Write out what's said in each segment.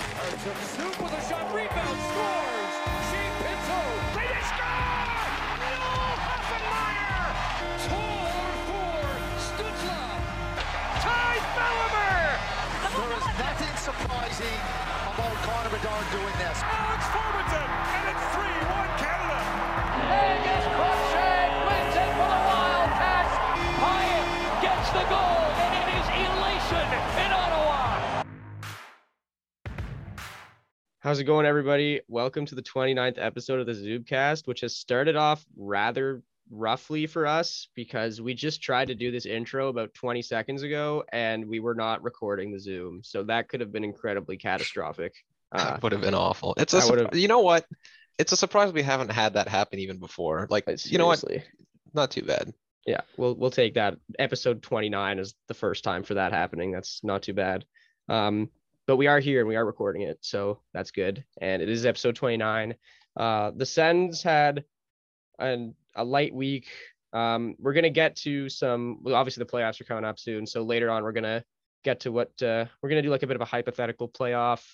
Some Snoop with a shot, rebound, scores! She Pinto, they did score! Noel Hoffenmeyer! Toll for Stutzla! Ty Bellimer! There is nothing surprising about Conor Bedard doing this. Alex Formanton, and it's 3-1 Canada! Vegas Crookshank wins it for the Wildcats. Hyatt gets the goal, and it is elation in Ottawa. How's it going, everybody? Welcome to the 29th episode of the Zoobcast, which has started off rather roughly for us because we just tried to do this intro about 20 seconds ago and we were not recording the Zoom. So that could have been incredibly catastrophic. Uh, That would have been awful. It's a that surpri- would've- you know what? It's a surprise we haven't had that happen even before. Like you know what? seriously. Not too bad. Yeah, we'll we'll take that. Episode 29 is the first time for that happening. That's not too bad. Um, but we are here and we are recording it, so that's good. And it is episode 29. Uh, the Sens had an, a light week. Um, we're gonna get to some. Well, obviously the playoffs are coming up soon, so later on we're gonna get to what uh, we're gonna do like a bit of a hypothetical playoff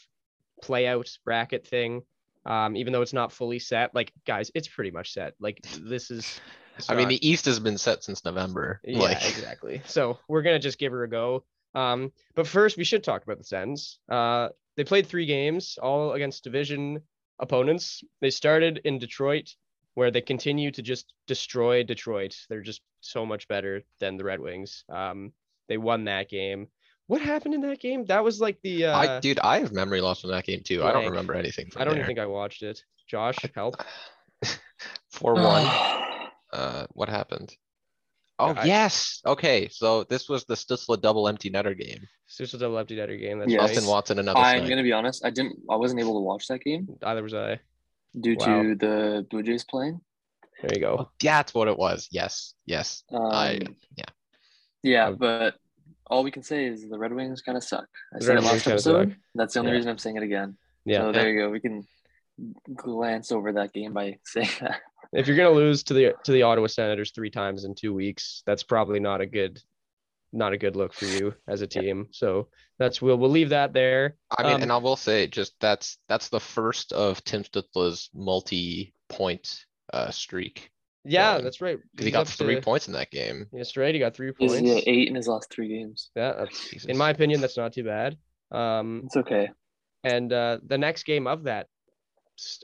play out bracket thing. Um, even though it's not fully set, like guys, it's pretty much set. Like this is. it's I mean, not- the East has been set since November. yeah, like exactly. So we're gonna just give her a go. Um, but first we should talk about the Sens. Uh, they played three games, all against division opponents. They started in Detroit, where they continue to just destroy Detroit. They're just so much better than the Red Wings. Um, they won that game. What happened in that game? That was like the uh, I dude, I have memory loss from that game too. I don't Blank. remember anything. From I don't even think I watched it. Josh, help. four one. uh, what happened? Oh I- yes. Okay, so this was the Stutzla double empty netter game. This was a lefty deader game. That's Yes. Austin Watson another. I'm snipe. gonna be honest. I didn't. I wasn't able to watch that game right. Either was I. due Wow. to the Blue Jays playing. There you go. Oh, that's what it was. Yes, yes. Um, I- yeah. Yeah, Um, but all we can say is the Red Wings kind of suck. I The said Red it Wings last kinda episode. That's the only Yeah. reason I'm saying it again. Yeah. So there you go. We can glance over that game by saying that. if you're gonna lose to the to the Ottawa Senators three times in two weeks, that's probably not a good not a good look for you as a team. So that's we'll we'll leave that there. I mean, Um, and I will say, just that's that's the first of Tim Stutzla's multi-point uh, streak Yeah, Well, that's right. because he got three points in that game. That's right. He got three He's points. uh, eight in his last three games. Yeah, that's, in Jesus. my opinion, that's not too bad. Um, It's okay. and uh, the next game of that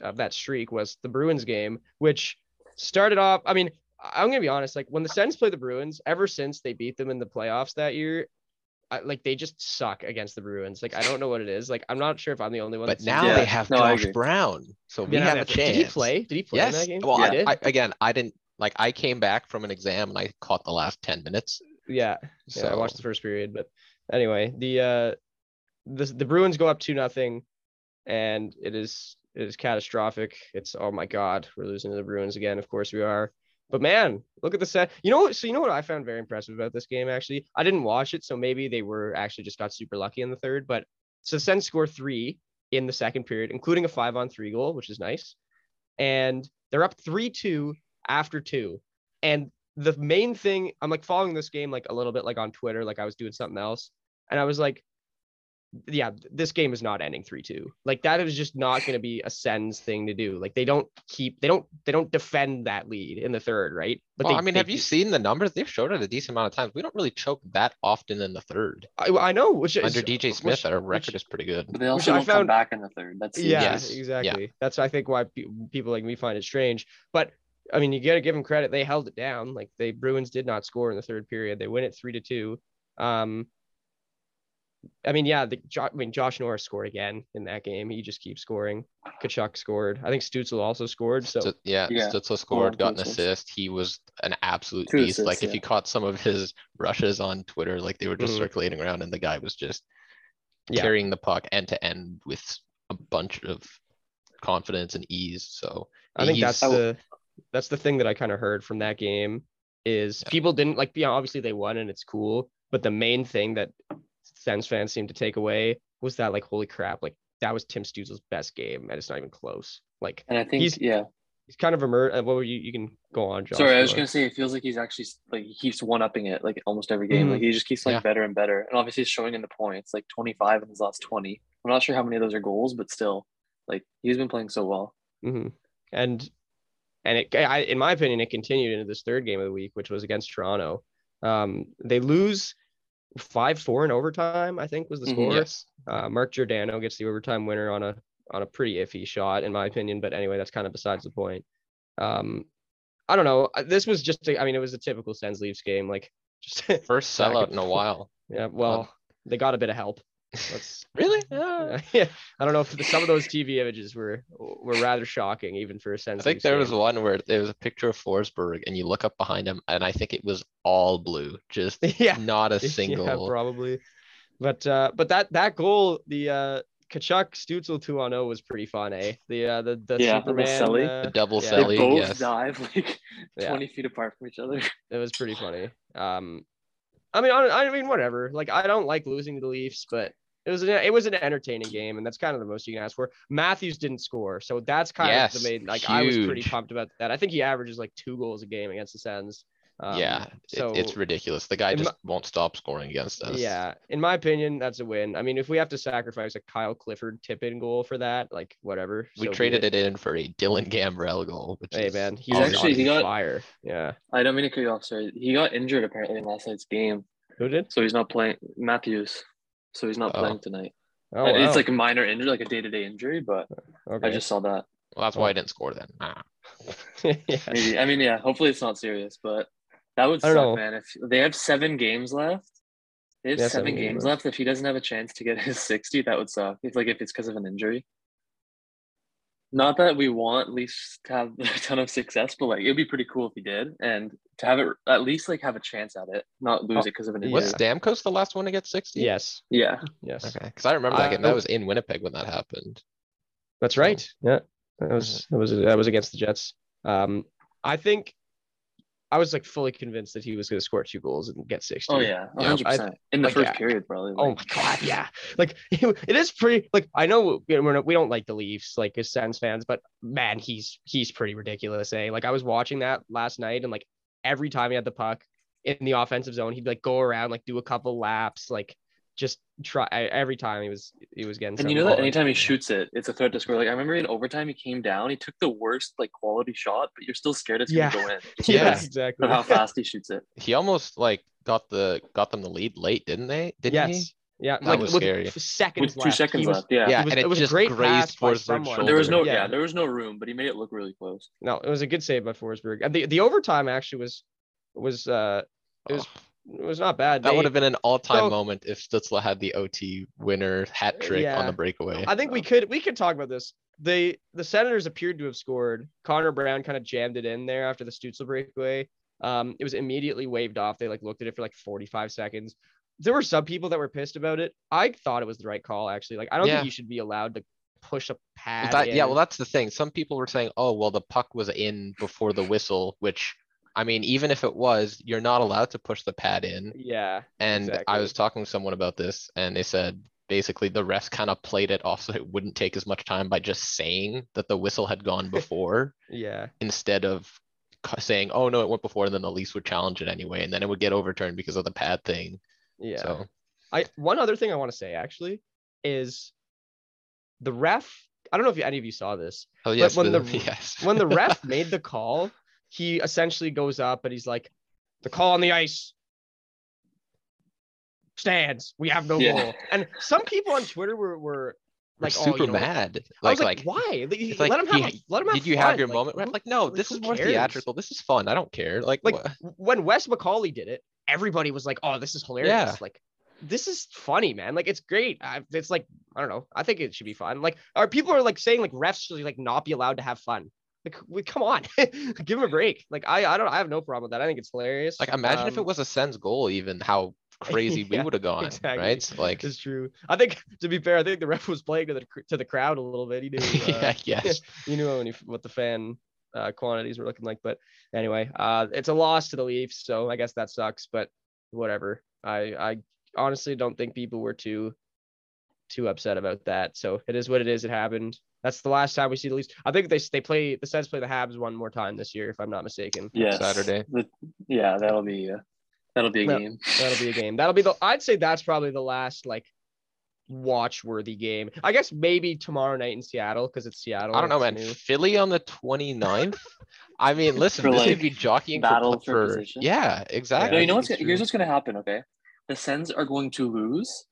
of that streak was the Bruins game, which started off. I mean, I'm gonna be honest. Like when the Sens play the Bruins, ever since they beat them in the playoffs that year, I, like they just suck against the Bruins. Like I don't know what it is. Like I'm not sure if I'm the only one. but that's- now Yeah, they have no, I Josh agree. Brown, so we Yeah, have a that's- chance. Did he play? Did he play in Yes. that game? Well, He I, did? I, again, I didn't like. I came back from an exam and I caught the last ten minutes. yeah. So Yeah, I watched the first period, but anyway, the uh the the Bruins go up two nothing, and it is it is catastrophic. It's oh my god, we're losing to the Bruins again. Of course we are. But man, look at the set. You know, so you know what I found very impressive about this game. Actually, I didn't watch it, so maybe they were actually just got super lucky in the third. But so the Sens score three in the second period, including a five on three goal, which is nice. And they're up three two after two, and the main thing I'm like following this game like a little bit like on Twitter, like I was doing something else, and I was like, yeah, th- this game is not ending three two. Like that is just not going to be a Sens thing to do. Like they don't keep they don't they don't defend that lead in the third, right? well, they, I mean, they have you do- seen the numbers? They've showed it a decent amount of times. We don't really choke that often in the third. I, I know which is Under DJ Smith, which- our record is pretty good. But they Which also I don't found- come back in the third. That's yeah Yes. exactly that's i think why pe- people like me find it strange but i mean you gotta give them credit they held it down like they bruins did not score in the third period they win it three to two um i mean yeah the jo- i mean josh norris scored again in that game he just keeps scoring Kachuk scored i think stutzel also scored so Stu- yeah, Yeah. Stutzla scored, got an Stutzla. assist. He was an absolute Two beast. like assists, if yeah. you caught some of his rushes on Twitter, like they were just Mhm. circulating around, and the guy was just Yeah. carrying the puck end to end with a bunch of confidence and ease. So I think that's He's- the that's the thing that I kind of heard from that game is Yeah. people didn't like. Yeah, obviously they won and it's cool, but the main thing that Sens fans seemed to take away was that like, holy crap, like that was Tim Stutzel's best game, and it's not even close. Like And I think He's- yeah. he's kind of emerged. What were you? You can go on, John. Sorry, I was gonna say it feels like he's actually like he keeps one upping it like almost every game. Mhm. Like he just keeps like Yeah. better and better, and obviously it's showing in the points. Like 25 in his last 20. I'm not sure how many of those are goals, but still, like he's been playing so well. hmm And and it, I, in my opinion, it continued into this third game of the week, which was against Toronto. Um, they lose five four in overtime. I think was the Mhm, score. Yes. Uh, Mark Giordano gets the overtime winner on a on a pretty iffy shot, in my opinion. But anyway, that's kind of besides the point. Um, I don't know. Uh, This was just, a, I mean, it was a typical Sens Leafs game. Like, just First Back sellout and in a forth. while. yeah. Well, they got a bit of help. Let's Really? yeah, I don't know if the, some of those TV images were were rather shocking, even for a sense. I think there was one where there was a picture of Forsberg, and you look up behind him, and I think it was all blue, just yeah, not a yeah, single. probably. But uh, but that that goal, the uh, Kachuk Stutzel two on zero was pretty fun, eh? The uh, the the Yeah, the Superman celly. uh, the double yeah. yeah. They They both yes. dive like Yeah. 20 feet apart from each other. it was pretty funny. Um, I mean, I, I mean, whatever. Like, I don't like losing to the Leafs, but it was an, it was an entertaining game, and that's kind of the most you can ask for. Matthews didn't score, so that's kind of Yes, the main. Like, I was pretty huge. pumped about that. I think he averages like two goals a game against the Sens. Um, yeah, it- so it's ridiculous. The guy in my- just won't stop scoring against us. yeah, in my opinion, that's a win. I mean, if we have to sacrifice a Kyle Clifford tip-in goal for that, like whatever. we traded it in for a Dylan Gambrell goal. Which Hey is man, he's on actually actually- he got- fire. Yeah, I don't mean to cut you off, sir. He got injured apparently in last night's game, who did? so he's not playing. Matthews, so he's not Oh. playing tonight. Oh, And wow. It's like a minor injury, like a day-to-day injury, but okay. I just saw that. Well, that's why I didn't score then. Ah. Yeah. Maybe I mean, yeah. Hopefully, it's not serious, but that would I don't suck, know. man. If they have seven games left, they have Yeah, seven, seven games games left. left. If he doesn't have a chance to get his sixty, that would suck. If like if it's because of an injury. Not that we want Leafs to have a ton of success, but like it'd be pretty cool if he did, and to have it at least like have a chance at it, not lose it because of an Oh, yeah. injury. Was Stamkos the last one to get 60? Yes. Yeah, Yes. Okay. Because I remember that Uh, game. That was in Winnipeg when that happened. That's right. Yeah, that was that was that was against the Jets. Um, I think I was like fully convinced that he was going to score two goals and get sixty. Oh yeah, Yeah, I- hundred percent in the like, first yeah. period probably. Oh like- my god, yeah. Like it is pretty. Like I know you know, we're not, we don't like the Leafs, like as Sens fans, but man, he's he's pretty ridiculous, eh? Like I was watching that last night, and like every time he had the puck in the offensive zone, he'd like go around, like do a couple laps, like just try. I, every time he was he was getting. And you some know that goal. anytime he shoots it, it's a threat to score. Like I remember in overtime, he came down, he took the worst like quality shot, but you're still scared it's Yeah. gonna go in. just Yeah, Yeah. because exactly. Of how fast he shoots it. He almost like got the got them the lead late, didn't they? Didn't he? yes. Yeah, That like was with scary. f- seconds With two left, seconds he was- left, yeah. Yeah, it was, and it it was just a great grazed pass by Forsberg's someone. shoulder. There was no, Yeah. yeah. there was no room, but he made it look really close. No, it was a good save by Forsberg. And the, the overtime actually was was uh It was- Oh, it was not bad. that They- would have been an all-time So- moment if Stutzla had the OT winner hat trick on Yeah. the breakaway. I think we could we could talk about this. They the Senators appeared to have scored. Connor Brown kind of jammed it in there after the Stutzel breakaway. Um, it was immediately waved off. They like looked at it for like 45 seconds. There were some people that were pissed about it. I thought it was the right call actually. Like I don't Yeah. think you should be allowed to push a pad. That- yeah, in. well, that's the thing. Some people were saying, "Oh, well, the puck was in before the whistle," which, I mean, even if it was, you're not allowed to push the pad in. yeah. And I Exactly. was talking to someone about this, and they said basically the refs kind of played it off so it wouldn't take as much time by just saying that the whistle had gone before Yeah. instead of c- saying, "Oh no, it went before," and then the Leafs would challenge it anyway, and then it would get overturned because of the pad thing. Yeah. So I one other thing I want to say actually is the ref. I don't know if any of you saw this. oh yes, when the- the- yes. When the ref made the call, he essentially goes up and he's like, "The call on the ice stands. We have no Yeah. goal." And some people on Twitter were were We're like, "Oh, super you know, mad, I was like like, like why? Like, it's let like, him have. yeah, a- let him have. did you have fun. your Like, moment? Right? who- Like, no, like, this who is more cares? theatrical. This is fun. I don't care. Like, Like, wha- when Wes Macaulay did it, everybody was like, "Oh, this is hilarious!" Yeah. Like, this is funny, man. Like, it's great. I, it's like I don't know. I think it should be fun. Like, our people are like saying like refs should like not be allowed to have fun. Like, we, come on, give him a break. Like, I I don't I have no problem with that. I think it's hilarious. like imagine if Um, it was a Sens goal, even how crazy Yeah, we would have gone, exactly. right? Like, It's true. I think to be fair, I think the ref was playing to the to the crowd a little bit. He knew. Uh, yeah, yes. you knew when you, what the fan uh, quantities were looking like. But anyway, uh, it's a loss to the Leafs, so I guess that sucks. But whatever. I I honestly don't think people were too too upset about that. So it is what it is. It happened. That's the last time we see the Leafs. I think they they play the Sens play the Habs one more time this year, if I'm not mistaken. Yeah. Saturday. yeah, that'll be uh, that'll be a Yeah. game. That'll be a game. That'll be the. I'd say that's probably the last like watch worthy game. I guess maybe tomorrow night in Seattle because it's Seattle. I don't know, it's man. new. Philly on the 29th. I mean, listen, For, this like, would be jockeying for, battle pl- for for- position? yeah, exactly. No, you know what's It's gonna, here's what's going to happen. Okay, the Sens are going to lose.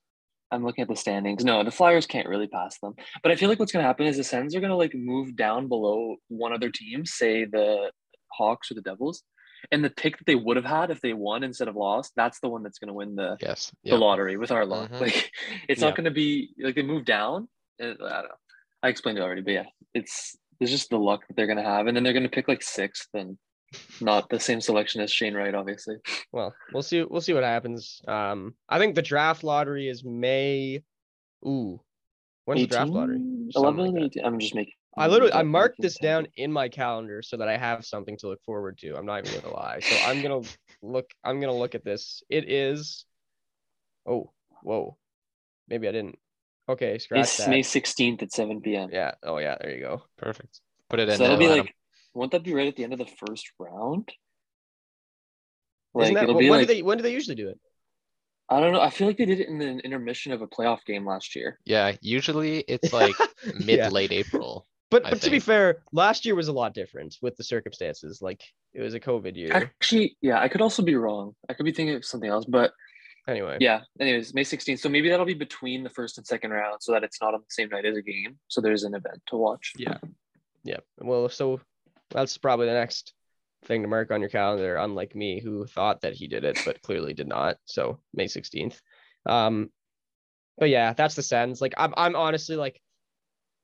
I'm looking at the standings. No, the Flyers can't really pass them. But I feel like what's going to happen is the Sens are going to like move down below one other team, say the Hawks or the Devils, and the pick that they would have had if they won instead of lost, that's the one that's going to win the yes, the yeah. lottery with our luck. Mhm. Like it's Yeah. not going to be like they move down. uh, I don't know. I explained it already, but yeah, it's it's just the luck that they're going to have, and then they're going to pick like sixth and not the same selection as Shane Wright, obviously. Well, we'll see. We'll see what happens. Um, I think the draft lottery is May. Ooh, when's the draft lottery? 18? Something 11, like that. 18 I'm just making. I literally I marked this down in my calendar so that I have something to look forward to. I'm not even gonna lie. So I'm gonna look I'm gonna look at this. It is oh whoa. Maybe I didn't. Okay, scratch It's that. May 16th at 7 p.m. Yeah. Oh yeah, there you go. perfect. Put it in. so that'll now, be Adam. like, won't that be right at the end of the first round? Like Isn't that it'll when be when like do they when do they usually do it? I don't know. I feel like they did it in an intermission of a playoff game last year. yeah, usually it's like mid Yeah. late April. But I but to be think. fair, last year was a lot different with the circumstances. Like it was a COVID year. Actually, yeah, I could also be wrong. I could be thinking of something else, but Anyway. yeah. Anyways, May 16th. So maybe that'll be between the first and second round, so that it's not on the same night as a game. So there's an event to watch. Yeah. Yeah. Well, so that's probably the next thing to mark on your calendar, unlike me, who thought that he did it, but clearly did not. So May 16th. Um, but yeah, that's the sense. Like I'm I'm honestly like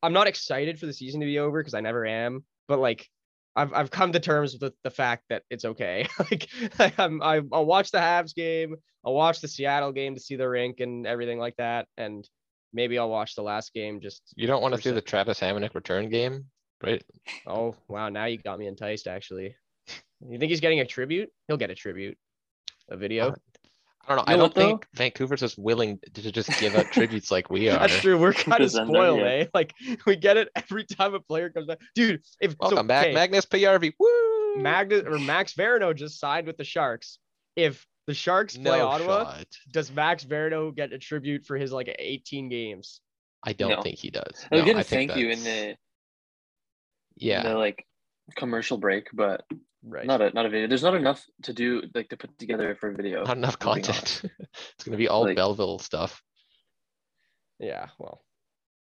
I'm not excited for the season to be over because I never am, but like I've I've come to terms with the fact that it's okay. like I'm I I'll watch the Habs game, I'll watch the Seattle game to see the rink and everything like that. And maybe I'll watch the last game just You don't want to do Percent. the Travis Hamonic return game, right? Oh wow, now you got me enticed. Actually, you think he's getting a tribute? He'll get a tribute, a video. Uh, I don't know. You I know what, don't though? think Vancouver's as willing to just give out tributes like we are. That's true. We're kind of Because I'm not spoiled, yet. eh? Like we get it every time a player comes back, dude. If Welcome so, back, okay, Magnus Piyarvi. Woo! Magna- or Max Verano just signed with the Sharks. If the Sharks play No Ottawa, shot. does Max Verano get a tribute for his like 18 games? I don't No. think he does. They'll No, get a I think thank you in that's- the in yeah. the like commercial break, but Right. not a not a video. There's not enough to do like to put together for a video. Not enough moving on. content. it's gonna be all Like- Belleville stuff. yeah. Well.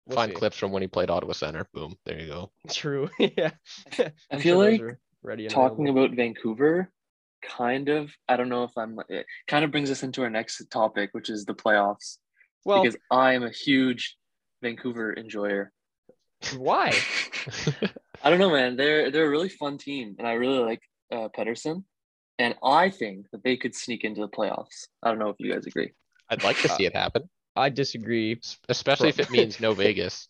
we'll Find see. clips from when he played Ottawa Center. Boom. There you go. True. yeah. I I'm feel sure like those are ready and talking available. about Vancouver kind of I don't know if I'm it kind of brings us into our next topic, which is the playoffs. well, because I am a huge Vancouver enjoyer. why? I don't know, man. They're they're a really fun team, and I really like uh, Pedersen. And I think that they could sneak into the playoffs. I don't know if you guys agree. I'd like to see it happen, I disagree. s- Uh, especially if it means no Vegas.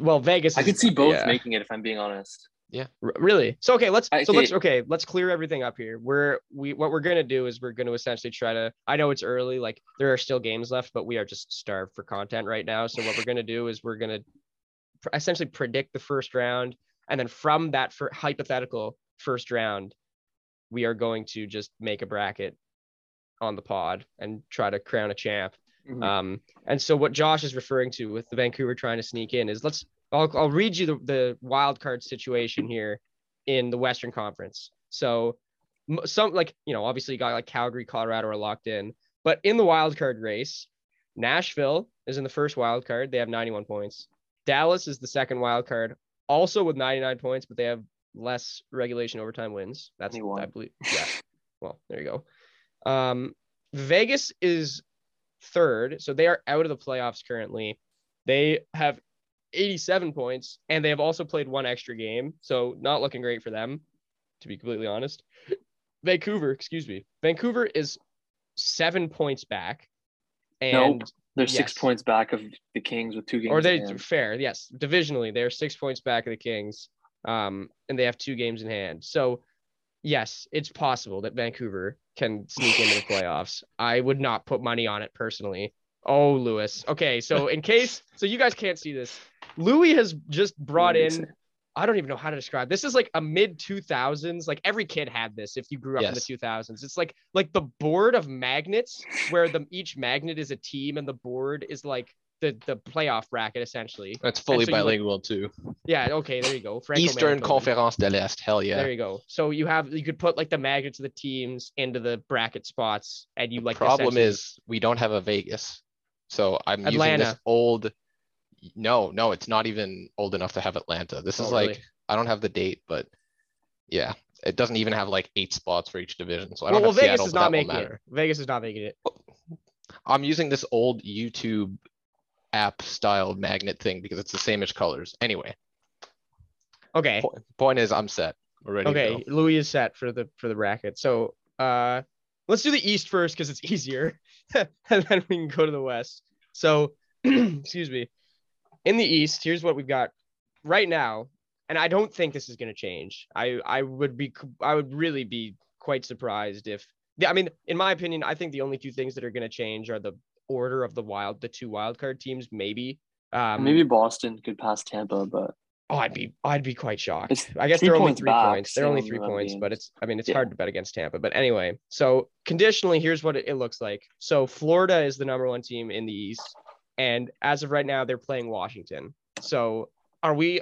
Well, Vegas. I is- could see both yeah. making it if I'm being honest. R- really so okay let's I so let's think- okay let's clear everything up here we're we what we're gonna do is we're gonna essentially try to i know it's early like there are still games left but we are just starved for content right now so what we're gonna do is we're gonna pr- essentially predict the first round and then from that for hypothetical first round we are going to just make a bracket on the pod and try to crown a champ Mhm. um, and so what Josh is referring to with the Vancouver trying to sneak in is let's I'll, I'll read you the, the wild card situation here in the Western Conference. So m- some like you know obviously you got like Calgary, Colorado are locked in, but in the wild card race, Nashville is in the first wild card. They have 91 points. Dallas is the second wild card, also with 99 points, but they have less regulation overtime wins. That's Only I one. believe. Yeah. Well, there you go. Um, Vegas is third, so they are out of the playoffs currently. They have 87 points, and they have also played one extra game, so not looking great for them, to be completely honest. Vancouver, excuse me, Vancouver is seven points back, and They're six yes. points back of the Kings with two games. or they in hand. fair yes divisionally they're six points back of the kings um and they have two games in hand so yes it's possible that vancouver can sneak into the playoffs i would not put money on it personally oh lewis okay so in case so you guys can't see this louis has just What brought do you in say? i don't even know how to describe this is like a mid 2000s like every kid had this if you grew up in Yes. the 2000s it's like like the board of magnets where the each magnet is a team and the board is like the the playoff bracket essentially. That's fully so you, like- bilingual too. Yeah, okay, there you go. Franco Eastern Manitoba. Conference de l'Est. Hell yeah. There you go. So you have you could put like the magnets of the teams into the bracket spots, and you like problem essentially- is we don't have a Vegas. So I'm using this Atlanta. old no, no, it's not even old enough to have Atlanta. This is Oh, like really? I don't have the date, but yeah. It doesn't even have like eight spots for each division. So I well, don't well, have Vegas Seattle, is but not that won't making it. matter. Vegas is not making it. I'm using this old YouTube app style magnet thing because it's the same as colors. Anyway, Okay, po- point is I'm set. We're ready to okay. go. Louis is set for the for the bracket. So uh, let's do the East first because it's easier, and then we can go to the West. So excuse me. In the East, here's what we've got right now, and I don't think this is going to change. I I would be I would really be quite surprised if I mean, in my opinion, I think the only two things that are going to change are the order of the wild, the two wild card teams, maybe. Um, Maybe Boston could pass Tampa, but Oh, I'd be I'd be quite shocked. It's I guess three they're only points three back, points. They're so only I'm three not points, being- but it's I mean it's Yeah. hard to bet against Tampa. But anyway, so conditionally, here's what it, it looks like. So Florida is the number one team in the East, and as of right now, they're playing Washington. So are we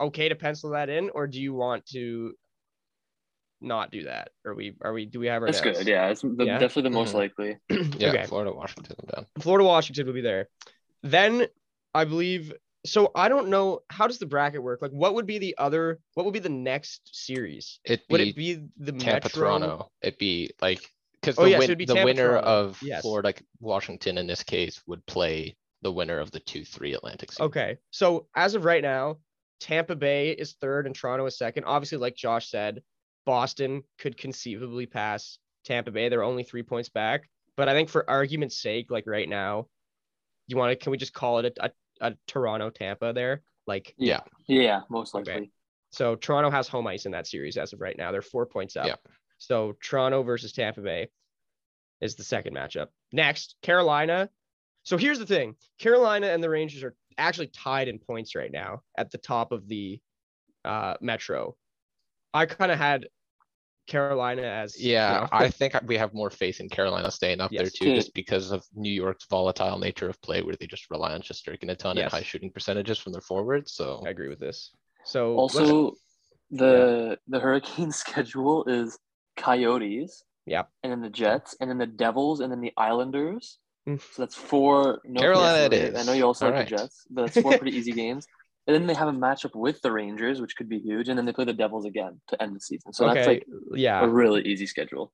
okay to pencil that in, or do you want to not do that? Are we are we do we have our that's doubts? good. Yeah, it's the, Yeah? Mm-hmm. definitely the most Mhm. likely. Yeah, Okay. Florida, Washington, I'm down. Florida Washington will be there. Then I believe so I don't know how does the bracket work? Like what would be the other what would be the next series? It'd Would be it be the Tampa, Metro? Toronto. It'd be like because Oh, the, yes, win- it'd be the Tampa, winner Toronto. of Yes. Florida, Washington in this case would play the winner of the two three Atlantic. Series. Okay. So as of right now, Tampa Bay is third and Toronto is second. Obviously, like Josh said, Boston could conceivably pass Tampa Bay. They're only three points back. But I think for argument's sake, like right now, you want to can we just call it a, a, a Toronto Tampa there? Like Yeah. Yeah, most Okay. likely. So Toronto has home ice in that series as of right now. They're four points up. Yep. So Toronto versus Tampa Bay is the second matchup. Next, Carolina. So here's the thing: Carolina and the Rangers are actually tied in points right now at the top of the uh, Metro. I kind of had Carolina as you Yeah, know, I think we have more faith in Carolina staying up there Yes. too, Yeah. just because of New York's volatile nature of play, where they just rely on Shesterkin a ton Yes. and high shooting percentages from their forwards. So I agree with this. So let's- Also, the the Hurricane schedule is Coyotes. Yep. And then the Jets, and then the Devils, and then the Islanders. Mm. So that's four. No Carolina offense, it really. I is. know you also like the Alright. Jets, but that's four pretty easy games. And then they have a matchup with the Rangers, which could be huge, and then they play the Devils again to end the season. So that's okay, like a yeah, really easy schedule.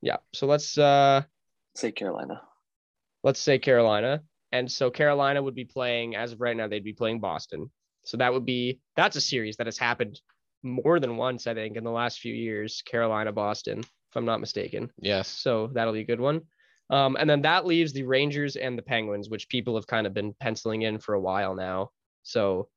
yeah. So let's uh, Say Carolina. let's say Carolina. And so Carolina would be playing, as of right now, they'd be playing Boston. So that would be, that's a series that has happened more than once, I think, in the last few years Carolina, Boston, if I'm not mistaken. yes, So that'll be a good one. Um, and then that leaves the Rangers and the Penguins, which people have kind of been penciling in for a while now. So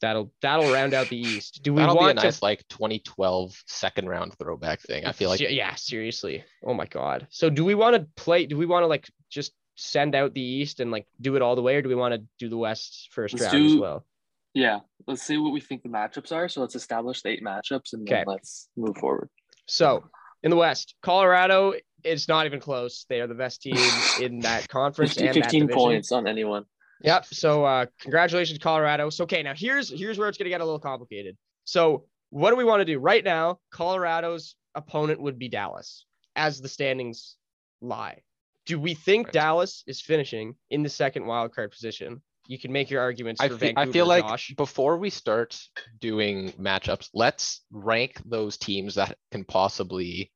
that'll that'll round out the East. Do we that'll be a want nice to? like 2012 second round throwback thing. I feel like Se- yeah, seriously. Oh my god. So do we want to play? Do we want to like just send out the East and like do it all the way, or do we want to do the West 1st Let's round as do- well? Yeah. Let's see what we think the matchups are. So let's establish the eight matchups and Okay. then let's move forward. So in the West, Colorado, it's not even close. They are the best team in that conference 15, and that division. points on anyone. Yep. So uh, congratulations, Colorado. So okay, now here's here's where it's gonna get a little complicated. So what do we want to do right now? Colorado's opponent would be Dallas, as the standings lie. Do we think Right. Dallas is finishing in the second wild card position? You can make your arguments I for fe- I Vancouver. feel like Josh. before we start doing matchups, let's rank those teams that can possibly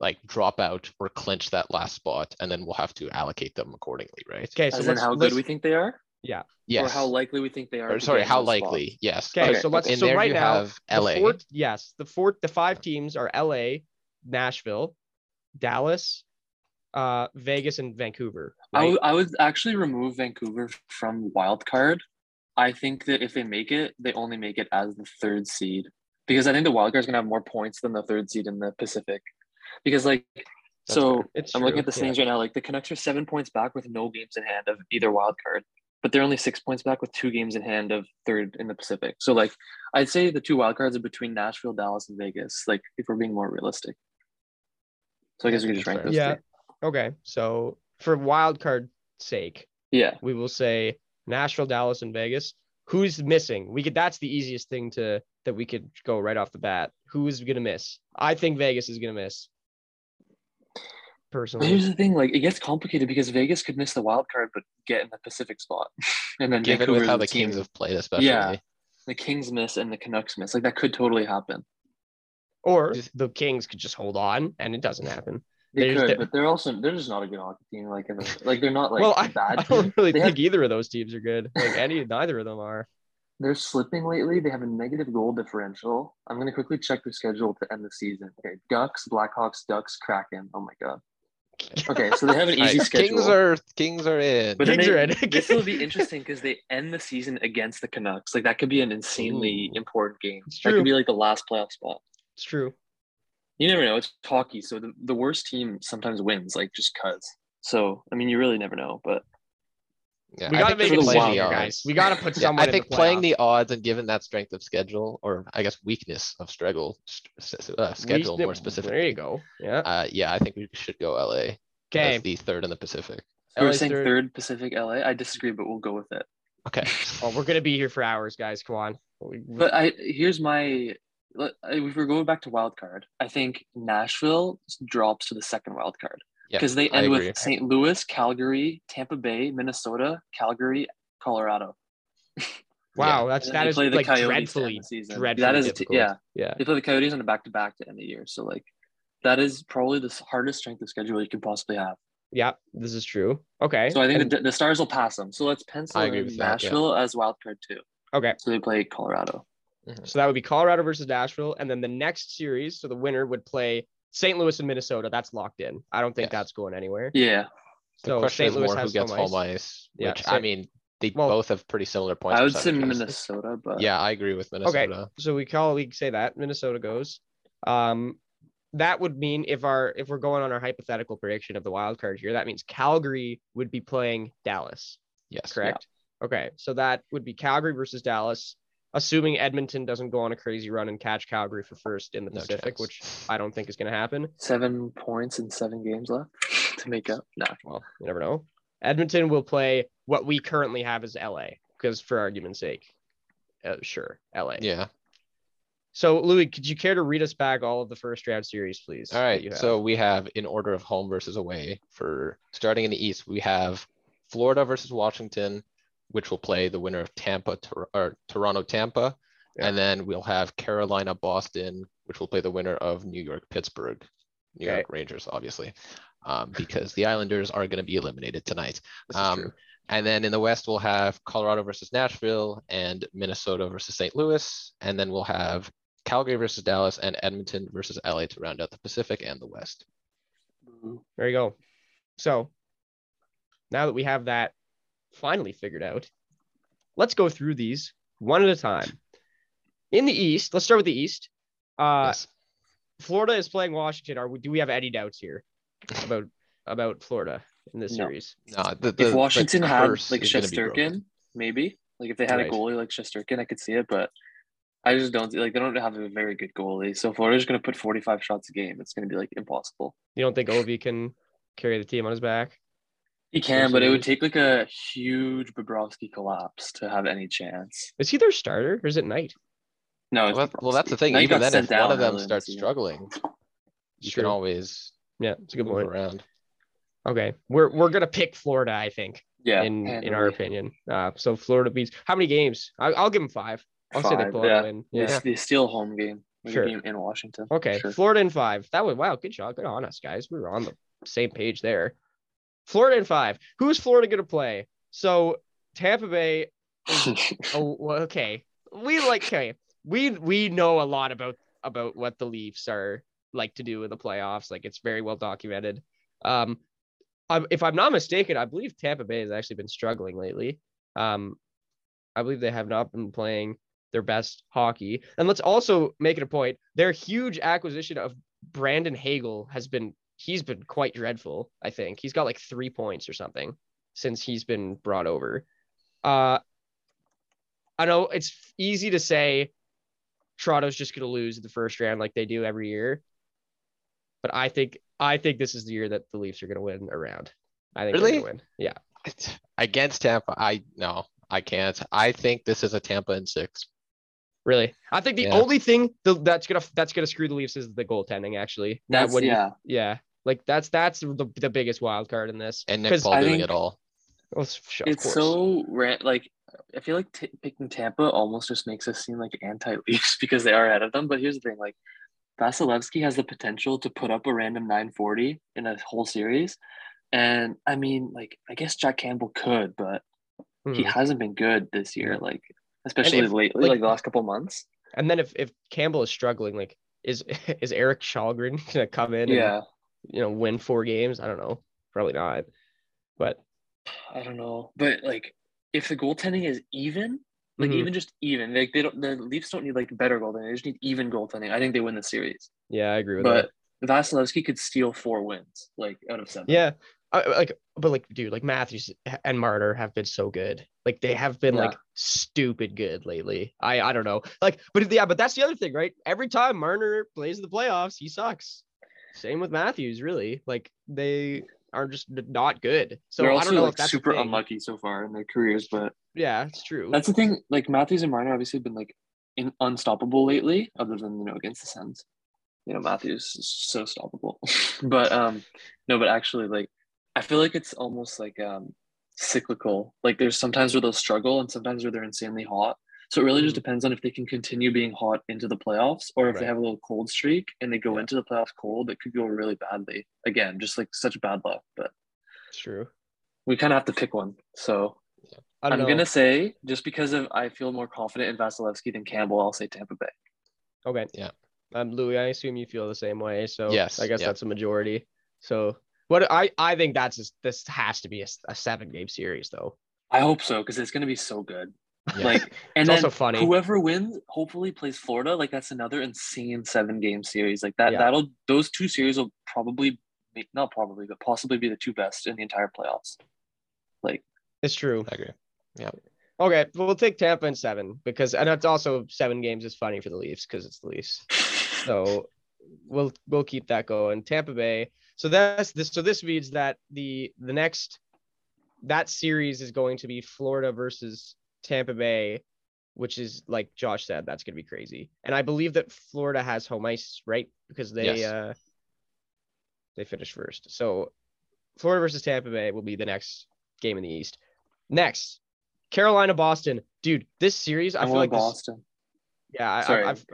like drop out or clinch that last spot, and then we'll have to allocate them accordingly, right? Okay, so As in let's, how let's- good we think they are? Yes. Or how likely we think they are. Or to sorry, get in how those spots. likely? Yes. Okay, Okay, so let's In so there right you now have the LA. four- yes, the four the five teams are LA, Nashville, Dallas, uh, Vegas, and Vancouver. I right? would- I would actually remove Vancouver from wild card. I think that if they make it, they only make it as the third seed because I think the wild card's gonna have more points than the third seed in the Pacific. Because like, That's so fair. It's I'm looking true, at the yeah. standings right now. Like the Canucks are seven points back with no games in hand of either wild card, but they're only six points back with two games in hand of third in the Pacific. So like, I'd say the two wild cards are between Nashville, Dallas, and Vegas. Like if we're being more realistic. So I guess we can just rank That's those. fair. three. Okay. So for wild card sake, Yeah. we will say Nashville, Dallas, and Vegas. Who's missing? We could that's the easiest thing to that we could go right off the bat. Who is gonna miss? I think Vegas is gonna miss. But here's Personally. the thing, like it gets complicated because Vegas could miss the wild card but get in the Pacific spot. and then Given with Vancouver how the loses Kings game. have played, especially. the Kings miss and the Canucks miss. Like that could totally happen. Or the Kings could just hold on and it doesn't happen. They They just- could, they're- but they're also they're just not a good hockey team. Like ever. like they're not like well, a I, bad I don't team. really They think have- either of those teams are good. Like any neither of them are. They're slipping lately. They have a negative goal differential. I'm gonna quickly check their schedule to end the season. Okay, Ducks, Blackhawks, Ducks, Kraken. Oh my god. Okay, so they have an All right, easy schedule. Kings are Kings are in. But then Kings they- are in. this will be interesting because they end the season against the Canucks. Like that could be an insanely important game. It's That true. could be like the last playoff spot. It's true. You never know. It's hockey, so the, the worst team sometimes wins, like just cause. So I mean, you really never know. But yeah, We I gotta think make they it play simple stronger, the odds. guys. We gotta put Yeah, someone. I think in the playing playoffs. the odds and given that strength of schedule, or I guess weakness of struggle, st- s- uh, schedule We- more specifically. There you go. Yeah. Uh, yeah, I think we should go LA as Okay. the third in the Pacific. you were LA's saying third. third. Pacific LA. I disagree, but we'll go with it. Okay. Oh, we're gonna be here for hours, guys. Come on. We- But I here's my. let- I- If we're going back to wild card, I think Nashville drops to the second wild card Yeah, because they I end agree. with St. Louis, Calgary, Tampa Bay, Minnesota, Calgary, Colorado. Wow, that's And then that they is play the like Coyotes to end dreadfully, the season. dreadfully That is a t- difficult. yeah. yeah. They play the Coyotes on a back to back to end the year. So like that is probably the hardest strength of schedule you could possibly have. Yeah, this is true. Okay. So I think and- the, the Stars will pass them. So let's pencil I agree in with that, yeah. Nashville as wild card two. okay. So they play Colorado. Mm-hmm. So that would be Colorado versus Nashville, and then the next series, so the winner would play St. Louis and Minnesota. That's locked in. I don't think Yes. that's going anywhere. Yeah, The So question St. is Louis more who has gets home ice. home ice, Yeah, which I St- mean they well, both have pretty similar points. I would say percentages. Minnesota, but Yeah, I agree with Minnesota. So we call we say that Minnesota goes. Um, that would mean if our if we're going on our hypothetical prediction of the wild card here, that means Calgary would be playing Dallas. Yes. correct? Okay, so that would be Calgary versus Dallas, assuming Edmonton doesn't go on a crazy run and catch Calgary for first in the No Pacific, chance. which I don't think is going to happen. seven points in seven games left to make up. No, Well, you never know. Edmonton will play what we currently have is LA, because for argument's sake, uh, sure, LA. Yeah. So, Louis, could you care to read us back all of the first round series, please? All that right. you have? So we have in order of home versus away for starting in the East, we have Florida versus Washington, which will play the winner of Tampa Tor- or Toronto Tampa. Yeah. And then we'll have Carolina Boston, which will play the winner of New York Pittsburgh, New Okay. York Rangers, obviously, um, because the Islanders are going to be eliminated tonight. This is Um, true. and then in the West, we'll have Colorado versus Nashville and Minnesota versus St. Louis. And then we'll have Calgary versus Dallas and Edmonton versus LA to round out the Pacific and the West. There you go. So now that we have that finally figured out, let's go through these one at a time. In the East, let's start with the East. Uh, Yes. Florida is playing Washington. Are we, do we have any doubts here about about Florida in this No. series? No, the- the- if the Washington had curse like is gonna be Shesterkin, broken. maybe like if they had Right. a goalie like Shesterkin, I could see it, but. I just don't see like they don't have a very good goalie, so Florida's going to put forty five shots a game. It's going to be like impossible. You don't think Ovi can carry the team on his back? He can, but it would Versus- take like a huge Bobrovsky collapse to have any chance. Is he their starter or is it Knight? No, it's Well, that- well, that's the Bobrovsky. thing. Now he Even got then, sent if one down of them early in the starts season. struggling, you True. can always Yeah, it's a good move point. around. Okay, we're we're gonna pick Florida, I think, yeah, in in handily. our opinion. Uh, so Florida beats how many games? I, I'll give them five. I'll say they Five, blow it yeah. in. They- They steal home game. Like Sure. a game in Washington. Okay, Sure. Florida in five. That was wow, good job, good on us, guys. We were on the same page there. Florida in five. Who is Florida going to play? So Tampa Bay. Oh, well, okay. We like okay. We we know a lot about about what the Leafs are like to do in the playoffs. Like it's very well documented. Um, I'm, if I'm not mistaken, I believe Tampa Bay has actually been struggling lately. Um, I believe they have not been playing their best hockey. And let's also make it a point. Their huge acquisition of Brandon Hagel has been he's been quite dreadful, I think. He's got like three points or something since he's been brought over. Uh I know it's easy to say Toronto's just gonna lose in the first round like they do every year. But I think I think this is the year that the Leafs are gonna win a round. I think they're Really? gonna win. Yeah. it's- against Tampa, I no, I can't. I think this is a Tampa in six. Really, I think the Yeah. only thing th- that's gonna that's gonna screw the Leafs is the goaltending. Actually, That That's, would- yeah. yeah. Like that's that's the, the biggest wild card in this. And Nick 'Cause- Paul I doing think- it all. well, s- sh- of It's course. so rare. Like, I feel like t- picking Tampa almost just makes us seem like anti Leafs because they are ahead of them. But here's the thing like, Vasilevsky has the potential to put up a random 940 in a whole series. And I mean, like, I guess Jack Campbell could, but he Mhm. hasn't been good this year, like, especially if- lately, like- like, the last couple months. And then if if Campbell is struggling, like is is Eric Chalgren gonna come in? And, Yeah. you know, win four games. I don't know. Probably not. But I don't know. But, like, if the goaltending is even, like, mhm, even just even, like, they don't, the Leafs don't need, like, better goaltending. They just need even goaltending. I think they win the series. yeah, I agree with that. but Vasilevsky could steal four wins, like out of seven. Yeah. I, I- like, but like, dude, like Matthews and Martyr have been so good. Like, they have been Yeah. like stupid good lately. I, I don't know. Like, but yeah, but that's the other thing, right? Every time Marner plays in the playoffs, he sucks. Same with Matthews, really. Like, they are just n- not good. So they're I also don't know if like that's a super thing. unlucky so far in their careers, but Yeah, it's true. that's the thing. Like Matthews and Marner obviously have been like in, unstoppable lately, other than you know against the Suns. You know Matthews is so stoppable, but um, no, but actually like I feel like it's almost like um cyclical. Like there's sometimes where they'll struggle and sometimes where they're insanely hot. So it really just Mhm. depends on if they can continue being hot into the playoffs or if they Right. have a little cold streak and they go Yeah. into the playoffs cold, it could go really badly. Again, just like such bad luck, but It's true. we kind of have to pick one. So I I'm don't know. gonna say just because of I feel more confident in Vasilevsky than Campbell, I'll say Tampa Bay. Okay. Yeah. Um, Louis, I assume you feel the same way. So Yes, I guess yeah. that's a majority. So what I I think that's just, this has to be a, s- a seven game series though. I hope so because it's gonna be so good. Yeah. Like It's and also then funny. whoever wins hopefully plays Florida. Like that's another insane seven game series. Like that Yeah. that'll those two series will probably be, not probably but possibly be the two best in the entire playoffs. Like It's true. I agree. Okay, well, we'll take Tampa in seven because and that's also seven games is funny for the Leafs because it's the Leafs. So we'll we'll keep that going. Tampa Bay. So that's this. So this means that the the next that series is going to be Florida versus Tampa Bay, which is like Josh said, that's going to be crazy. And I believe that Florida has home ice, right? Because they Yes. uh they finished first. So Florida versus Tampa Bay will be the next game in the East. Next, Carolina Boston. Dude, this series, I, I, feel want like this, Boston. yeah, I, Sorry, I, I've,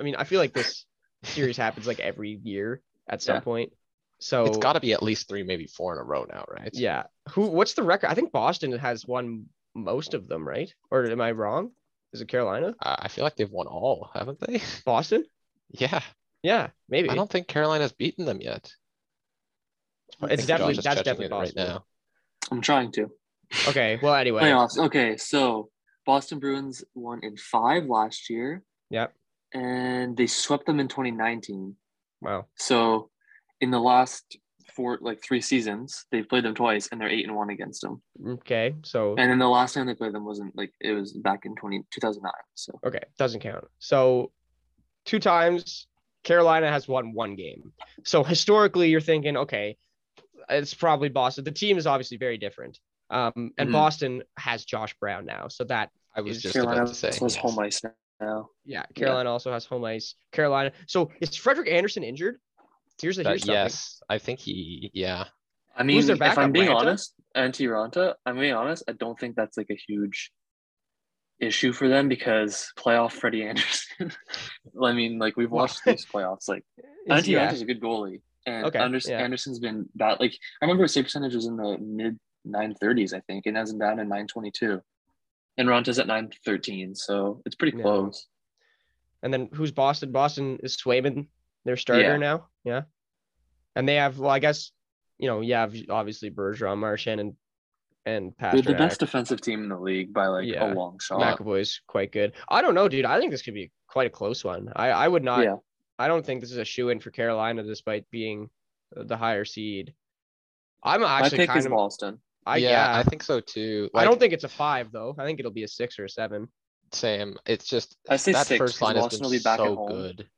I mean, I feel like this series happens like every year at some Yeah. point. So it's got to be at least three, maybe four in a row now, right? yeah, who? What's the record? I think Boston has won most of them, right? Or am I wrong? Is it Carolina? Uh, I I feel like they've won all, haven't they? Boston? Yeah. Yeah, maybe. I don't think Carolina's beaten them yet. I It's think definitely- Josh is that's checking definitely it right possible. now. I'm trying to. Okay. Well, anyway, Playoffs. Okay, so Boston Bruins won in five last year. Yep. And they swept them in 2019. wow. So in the last four, like three seasons, they've played them twice, and they're eight and one against them. Okay, so And then the last time they played them wasn't like it was back in 20, 2009. So okay, doesn't count. So two times Carolina has won one game. So historically, you're thinking, okay, it's probably Boston. The team is obviously very different. Um, and Mm-hmm. Mhm. Boston has Josh Brown now, so that I was Is just Carolina about to say. was yes. home ice now. Yeah, Yeah. Carolina also has home ice. Carolina. So is Frederick Anderson injured? Here's the That- here's something. Uh, yes, I think he. Yeah, I mean, their if backup, I'm being Ranta? honest, anti Ranta, I'm being honest, I don't think that's like a huge issue for them because playoff Freddie Anderson. I mean, like we've Well, watched these playoffs. Like Is- anti yeah. Ranta's a good goalie, and Okay, Anders- yeah. Anderson's been bad. Like I remember his save percentage was in the mid 930s, I think, and hasn't down in 922. And Ranta's at 913, so it's pretty Yeah. close. And then who's Boston? Boston is Swayman, their starter Yeah. now. Yeah. And they have, well, I guess, you know, you have obviously Bergeron, Marchand, and and They're the Pasternak. best defensive team in the league by like a Yeah. long shot. McAvoy's quite good. I don't know, dude. I think this could be quite a close one. I I would not. Yeah. I don't think this is a shoe in for Carolina, despite being the higher seed. I'm My actually pick kind is of. Boston. I, yeah, yeah. I think so too. I don't Like, think it's a five though. I think it'll be a six or a seven. Sam. It's just I say that six, first 'cause line has Boston been will be back at so home. good.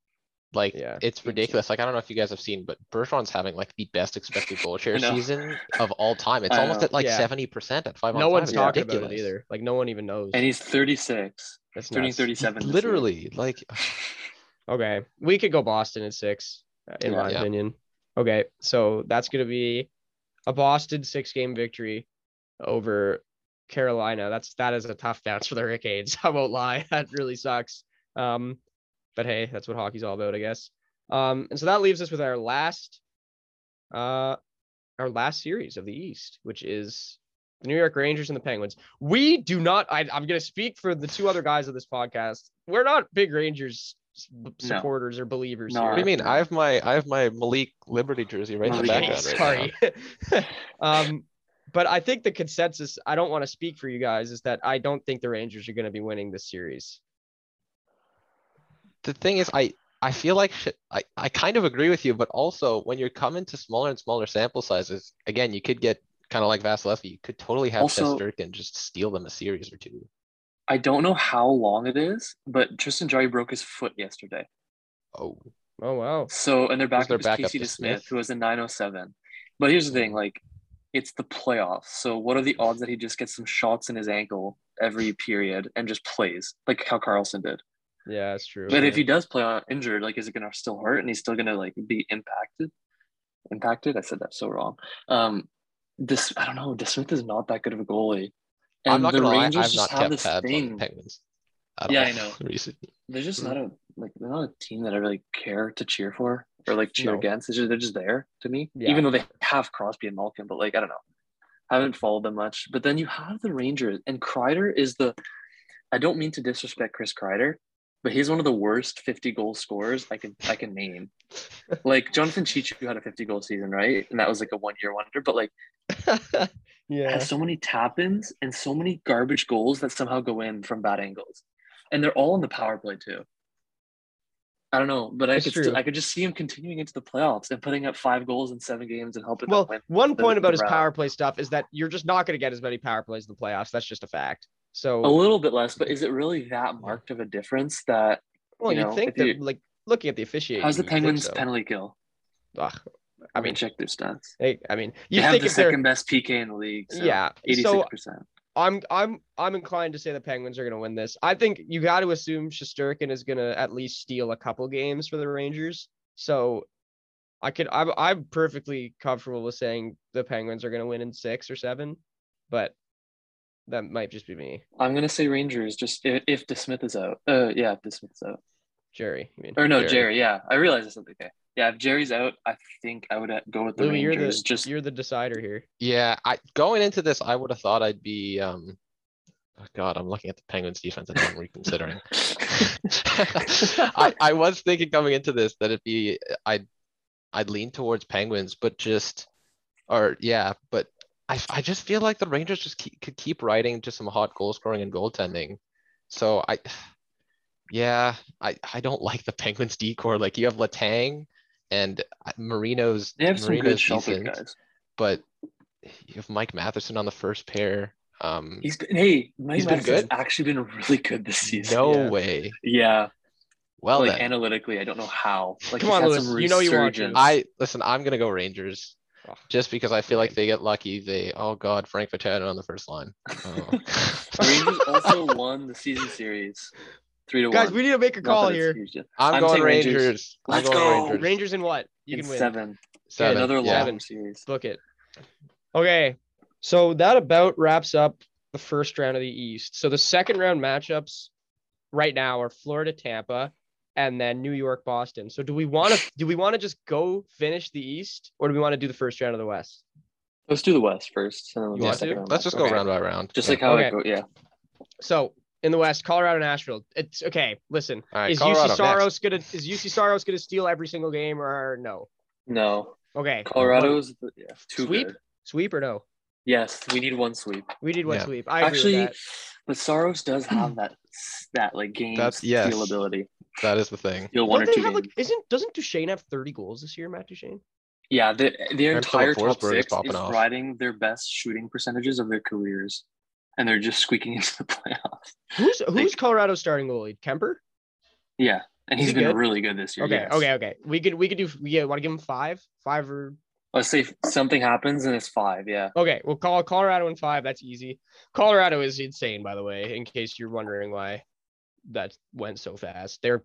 Like Yeah. it's ridiculous. Like I don't know if you guys have seen, but Bergeron's having like the best expected goal share know. season of all time. It's I almost know. at like Yeah. seventy percent at five. on No five. one's It's talking ridiculous. about it either. Like no one even knows. and he's 36, That's turning nuts. 37. this year. Literally, like Okay, we could go Boston at six, uh, in Yeah. my Yeah. opinion. Okay, so that's gonna be a Boston six-game victory over Carolina. That's that is a tough bounce for the Hurricanes. I won't lie, that really sucks. Um, but hey, that's what hockey's all about, I guess. Um, and so that leaves us with our last, uh, our last series of the East, which is the New York Rangers and the Penguins. We do not. I, I'm going to speak for the two other guys of this podcast. We're not big Rangers s- b- No. supporters or believers. No, what here. do you mean? I have my I have my Malik Liberty jersey right in the Malik. background. Right now. Sorry. um, but I think the consensus. I don't want to speak for you guys. Is that I don't think the Rangers are going to be winning this series. the thing is i i feel like sh- I, I kind of agree with you but also when you're coming to smaller and smaller sample sizes again you could get kind of like vasilevsky you could totally have Also- Shesterkin just steal them a series or two I don't know how long it is, but Tristan Jari broke his foot yesterday. oh Oh wow. So and their backup their is backup TC to to Smith? Smith, who has a 907. But here's the thing, like it's the playoffs. So what are the odds that he just gets some shots in his ankle every period and just plays like how Carlson did? Yeah, that's true. But if he does play on injured, like is it gonna still hurt and he's still gonna like be impacted? Impacted? I said that so wong. Um this I don't know, De Smith is not that good of a goalie. And i'm not the gonna lie i've Rangers not just have kept this tabs on the thing. penguins at Yeah, all I know. recent- They're just Hmm. not a like they're not a team that I really care to cheer for or like cheer No. against. It's just, they're just there to me. Yeah. Even though they have Crosby and Malkin, but like I don't know. haven't followed them much. But then you have the Rangers and Kreider is the I don't mean to disrespect Chris Kreider, but he's one of the worst 50 goal scorers I can I can name. like Jonathan Chichu had a 50 goal season, right? And that was like a one year wonder, but like yeah. has so many tap ins and so many garbage goals that somehow go in from bad angles. And they're all in the power play too. I don't know, but I It's could true. still, I could just see him continuing into the playoffs and putting up five goals in seven games and helping Well, them win. one the- point about the his route. power play stuff is that you're just not going to get as many power plays in the playoffs. That's just a fact. So A little bit less, but is it really that marked of a difference that Well, you you would know, think if that, you- like, looking at the officiating, how's the you'd think Penguins so. penalty kill? Ugh. I I mean, mean, check their stats. hey, I mean, You you they have think the if they're, second best PK in the league. So yeah. So 86%. I'm, I'm, I'm inclined to say the Penguins are going to win this. I think you got to assume Shosturkin is going to at least steal a couple games for the Rangers. So, I could, I'm, I'm perfectly comfortable with saying the Penguins are going to win in six or seven, but that might just be me, I'm gonna say Rangers just if, if DeSmith is out. Uh, yeah, if DeSmith is out. Jerry. I mean, Or no, Jerry. Jerry. yeah, I realize it's okay. Yeah, if Jerry's out, I think I would uh, go with the Louis, you're Rangers. the, just you're the decider here. yeah i going into this i would have thought i'd be um oh god i'm looking at the penguins defense and i'm reconsidering I, I was thinking coming into this that it'd be I'd I'd lean towards Penguins, but just or yeah, but I I just feel like the Rangers just keep, could keep riding just some hot goal scoring and goaltending. So I yeah, I I don't like the Penguins decor. Like you have Latang and Marino's they have some good Marino's shelter decent, guys. but you have Mike Matheson on the first pair. Um He's been hey, Mike He's he's been good? actually been really good this season. no yeah. way. Yeah, Well like then. analytically, I don't know how. Like Come he's on, had Louis, some you know you want resurgence. to. I listen. I'm gonna go Rangers, Ugh. just because I feel like they get lucky. They oh god, Frank Vatana on the first line. Oh. The Rangers also won the season series, three to Guys, one. we need to make a Not call that it's here. huge yet. I'm, I'm going taking Rangers. Rangers. I'm Let's going go. Rangers. Rangers in what? You In can win. seven. Yeah, Seven. another yeah. long series. Book it. Okay. So that about wraps up the first round of the East. So the second round matchups right now are Florida Tampa and then New York Boston. So do we want to do we want to just go finish the East or do we want to do the first round of the West? Let's do the West first. And then we'll You do want second to? round Let's just go matchup. round by round. Just Yeah. like how Okay. it go. Yeah. So in the West, Colorado, Nashville. It's okay. Listen, All right, is Colorado UC Soros gonna is UC Soros gonna steal every single game or no? No. Okay, Colorado's the, yeah, too Sweep? good. sweep or no? Yes, we need one sweep. We need one Yeah. sweep. I agree Actually, with that. but Soros does have that that like game That's- steal yes. ability. next. That is the thing. Steal one or Don't two they games. have like isn't doesn't Duchesne have 30 goals this year, Matt Duchesne? yeah, the, their Remember Philip entire top Forsberg is six popping is off. riding their best shooting percentages of their careers, and they're just squeaking into the playoffs. Who's who's Colorado's starting goalie? Kemper? Yeah, and Is he's he been good? really good this year. Okay, yes. okay, okay. We could we could do yeah, want to give him five? Five or Let's say if something happens and it's five. Yeah. okay, we'll call Colorado in five. That's easy. Colorado is insane, by the way, in case you're wondering why that went so fast. They're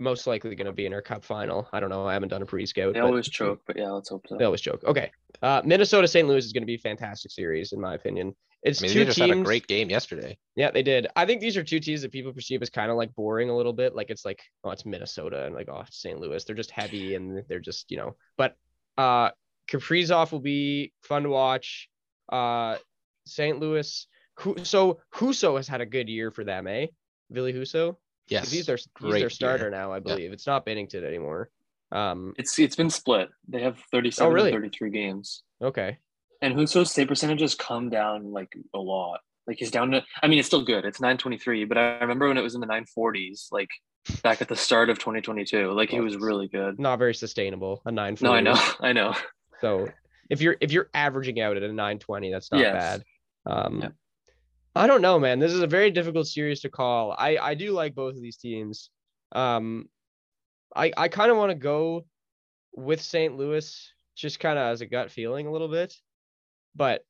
most likely gonna be in our cup final. I don't know. I haven't done a pre-scout. They but- always choke, but yeah, let's hope so. They always joke. Okay. Uh, Minnesota St. Louis is going to be a fantastic series, in my opinion. It's I mean, two they just teams. had a great game yesterday. Yeah, they did. I think these are two teams that people perceive as kind of like boring a little bit. Like it's like, oh, it's Minnesota and like, oh, it's St. Louis. They're just heavy and they're just, you know. But uh Kaprizov will be fun to watch. Uh St. Louis. Who, so Huso has had a good year for them, eh? Billy Huso. Yes. He's their he's great their year. starter now, I believe. It's not Bennington anymore. Um. It's it's been split. They have 37 Oh, really? and 33 games. Okay. And Huso's save percentage has come down like a lot. Like he's down to I mean it's still good. It's 923, but I remember when it was in the 940s like back at the start of 2022, like he was really good. Not very sustainable. A nine. No, I know. I know. So if you're if you're averaging out at a 920, that's not Yes. bad. Um Yeah. I don't know, man. This is a very difficult series to call. I I do like both of these teams. Um I I kind of want to go with St. Louis just kind of as a gut feeling a little bit, but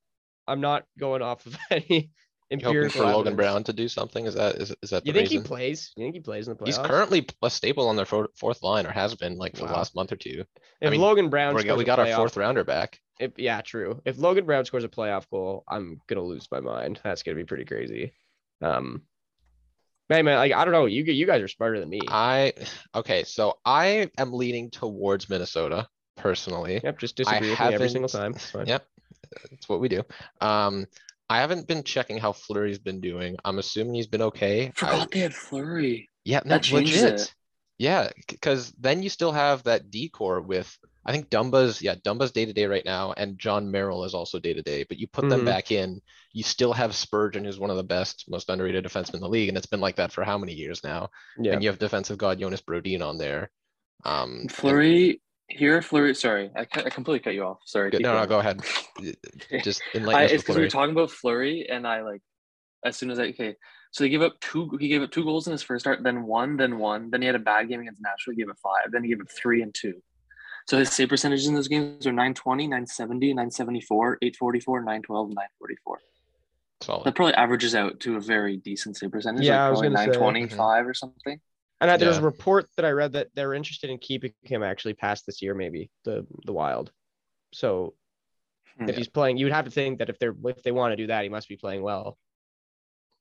I'm not going off of any You hoping empirical for Logan evidence. Brown to do something? Is that is, is that the You think reason? he plays? You think he plays in the playoffs? He's currently a staple on their fo- fourth line, or has been like for the Wow. last month or two. I If mean, Logan Brown We're- scores we a got our playoff- fourth rounder back. if, yeah, true. If Logan Brown scores a playoff goal, I'm gonna lose my mind. That's gonna be pretty crazy. Um, man, man, like I don't know. You you guys are smarter than me. I okay, so I am leaning towards Minnesota personally. yep, just disagree with me every single time. haven't- It's fine. Yep, that's what we do. Um, I haven't been checking how Flurry's been doing. I'm assuming he's been okay. I- Forgot they had Flurry. yeah, no, that changes legit. it. Yeah, because then you still have that decor with I think Dumba's yeah Dumba's day to day right now, and John Merrill is also day to day. But you put them Mhm. back in, you still have Spurgeon, who's one of the best, most underrated defensemen in the league, and it's been like that for how many years now? Yeah. And you have defensive god Jonas Brodin on there. Um, and- Flurry here Flurry sorry, I, cut- I completely cut you off. Sorry. Good- keep No, no, going. go ahead. Just enlighten I, us it's because with we were Fleury. talking about Flurry, and I like as soon as I okay, so they gave up two. He gave up two goals in his first start, then one, then one, then he had a bad game against Nashville. He gave up five, then he gave up three and two. So his save percentages in those games are 920, 970, 974, 844, 912, 944. Solid. That probably averages out to a very decent save percentage. Yeah, like I was probably gonna say. 925 or something. And I, there was a Yeah. report that I read that they're interested in keeping him actually past this year, maybe the the Wild. So Hmm. if he's playing, you'd have to think that if they're if they want to do that, he must be playing well.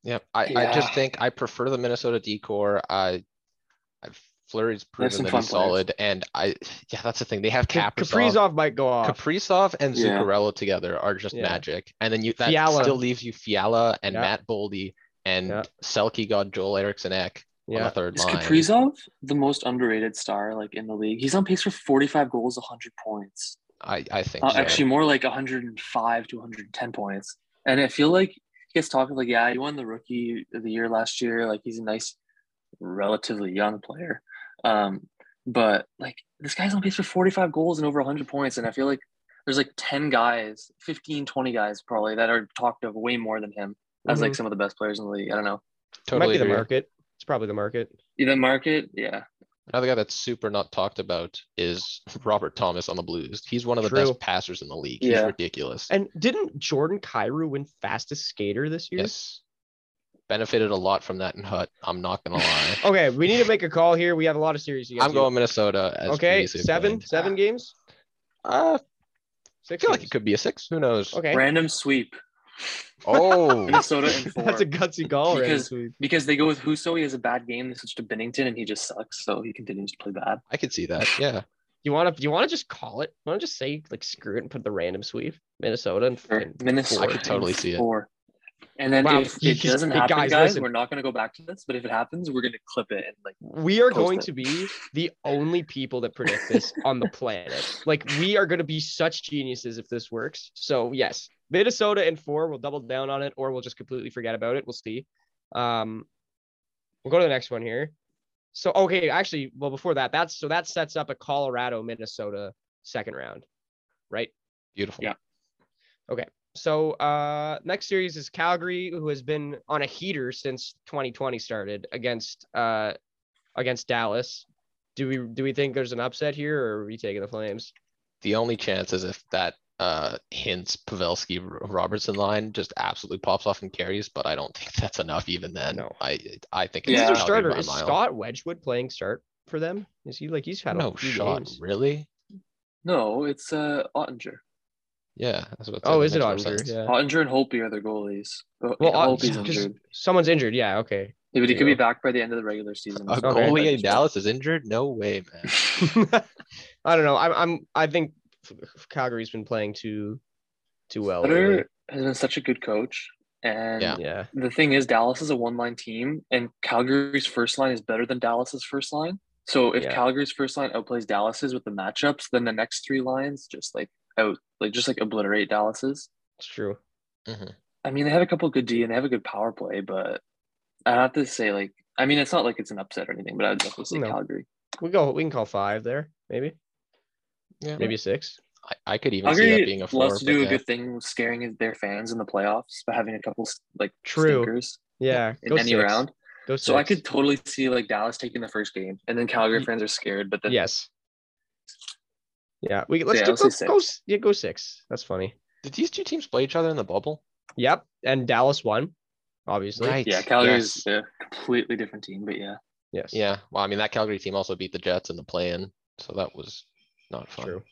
Yeah, I, I just Yeah. think I prefer the Minnesota decor. I, I Flurry's proven some that fun he's players. solid, and I yeah, that's the thing. They have Kap- Kaprizov, Kaprizov might go off. Kaprizov, and Yeah. Zuccarello together are just Yeah. magic. And then you that Fiala. still leaves you Fiala and Yeah. Matt Boldy and Yeah. Selke God Joel Eriksson Ek on the yeah, third Is line. Kaprizov the most underrated star like in the league? He's on pace for 45 goals, 100 points. I I think Uh, so. actually, more like 105 to 110 points. And I feel like he gets talked like, yeah, he won the rookie of the year last year. Like he's a nice, relatively young player. Um, but like this guy's on pace for 45 goals and over 100 points. And I feel like there's like 10 guys, 15, 20 guys probably that are talked of way more than him as like Mhm. some of the best players in the league. I don't know. totally might be the agree. market. It's probably the market. Yeah, The market, yeah. Another guy that's super not talked about is Robert Thomas on the Blues. He's one of the True. best passers in the league. He's Yeah. ridiculous. And didn't Jordan Cairo win fastest skater this year? Yes. Benefited a lot from that in Hut. I'm not gonna lie. Okay, we need to make a call here. We have a lot of series. You guys I'm do. going Minnesota. As Okay, previously seven, planned. seven games, Uh, I six. feel like it games. could be a six. Who knows? Okay, Random sweep, Oh, Minnesota in four. that's a gutsy call, right? Because- this week. because they go with Huso. He has a bad game. They switch to Bennington, and he just sucks. So he continues to play bad. I could see that. Yeah. You want to, you want to just call it? You want to just say like screw it and put the random sweep Minnesota and Or fucking Minnesota. I could totally see it. Four. And then Wow, if you it just- doesn't hey, happen, guys, guys, listen. we're not going to go back to this. But if it happens, we're going to clip it and like we are Post going it. to be the only people that predict this on the planet. Like we are going to be such geniuses if this works. So yes, Minnesota and four. We'll double down on it, or we'll just completely forget about it. We'll see. Um, we'll go to the next one here. So okay, actually, well before that, that's so that sets up a Colorado Minnesota second round, right? Beautiful. Yeah. So uh next series is Calgary, who has been on a heater since 2020 started against uh against Dallas. Do we do we think there's an upset here, or are we taking the Flames? The only chance is if that uh hints Pavelski Robertson line just absolutely pops off and carries, but I don't think that's enough even then. No. I I think Who's Yeah. their Calgary starter? by a Is mile. Scott Wedgwood playing start for them? Is he like he's had no a few shot games? really? No, it's uh, Ottinger. Yeah, that's what. Oh, is it on? Ottinger? Yeah. Ottinger and Holpe are their goalies. But Well, yeah, uh, Holpe's just- injured. Someone's injured. Yeah. Okay. Yeah, but he could be yeah. back by the end of the regular season. A Okay. goalie in Dallas is injured? No way, man. I don't know. I'm. I'm. I think F- Calgary's been playing too, too well. lately. Sutter has been such a good coach, and Yeah. Yeah. the thing is, Dallas is a one-line team, and Calgary's first line is better than Dallas's first line. So if Yeah. Calgary's first line outplays Dallas's with the matchups, then the next three lines just like out, like just like obliterate Dallas's. It's true. I mean, they have a couple good D and they have a good power play, but I have to say, like, I mean, it's not like it's an upset or anything, but I would definitely say No. Calgary. We go. We can call five there. Maybe. Yeah, Maybe six. I, I could even see that Calgary being a four. loves to but do a yeah. good thing, with scaring their fans in the playoffs by having a couple like True. stinkers Yeah. in go any six. round. Go So I six. could totally see like Dallas taking the first game, and then Calgary Ye- fans are scared, but then Yes. Yeah. We let's yeah, do, let's go, say go s- Yeah. Go six. That's funny. Did these two teams play each other in the bubble? Yep. And Dallas won. Obviously. Right. yeah, Calgary's yes. a completely different team, but yeah, Yes. Yeah. Well, I mean that Calgary team also beat the Jets in the play-in, so that was not fun. True.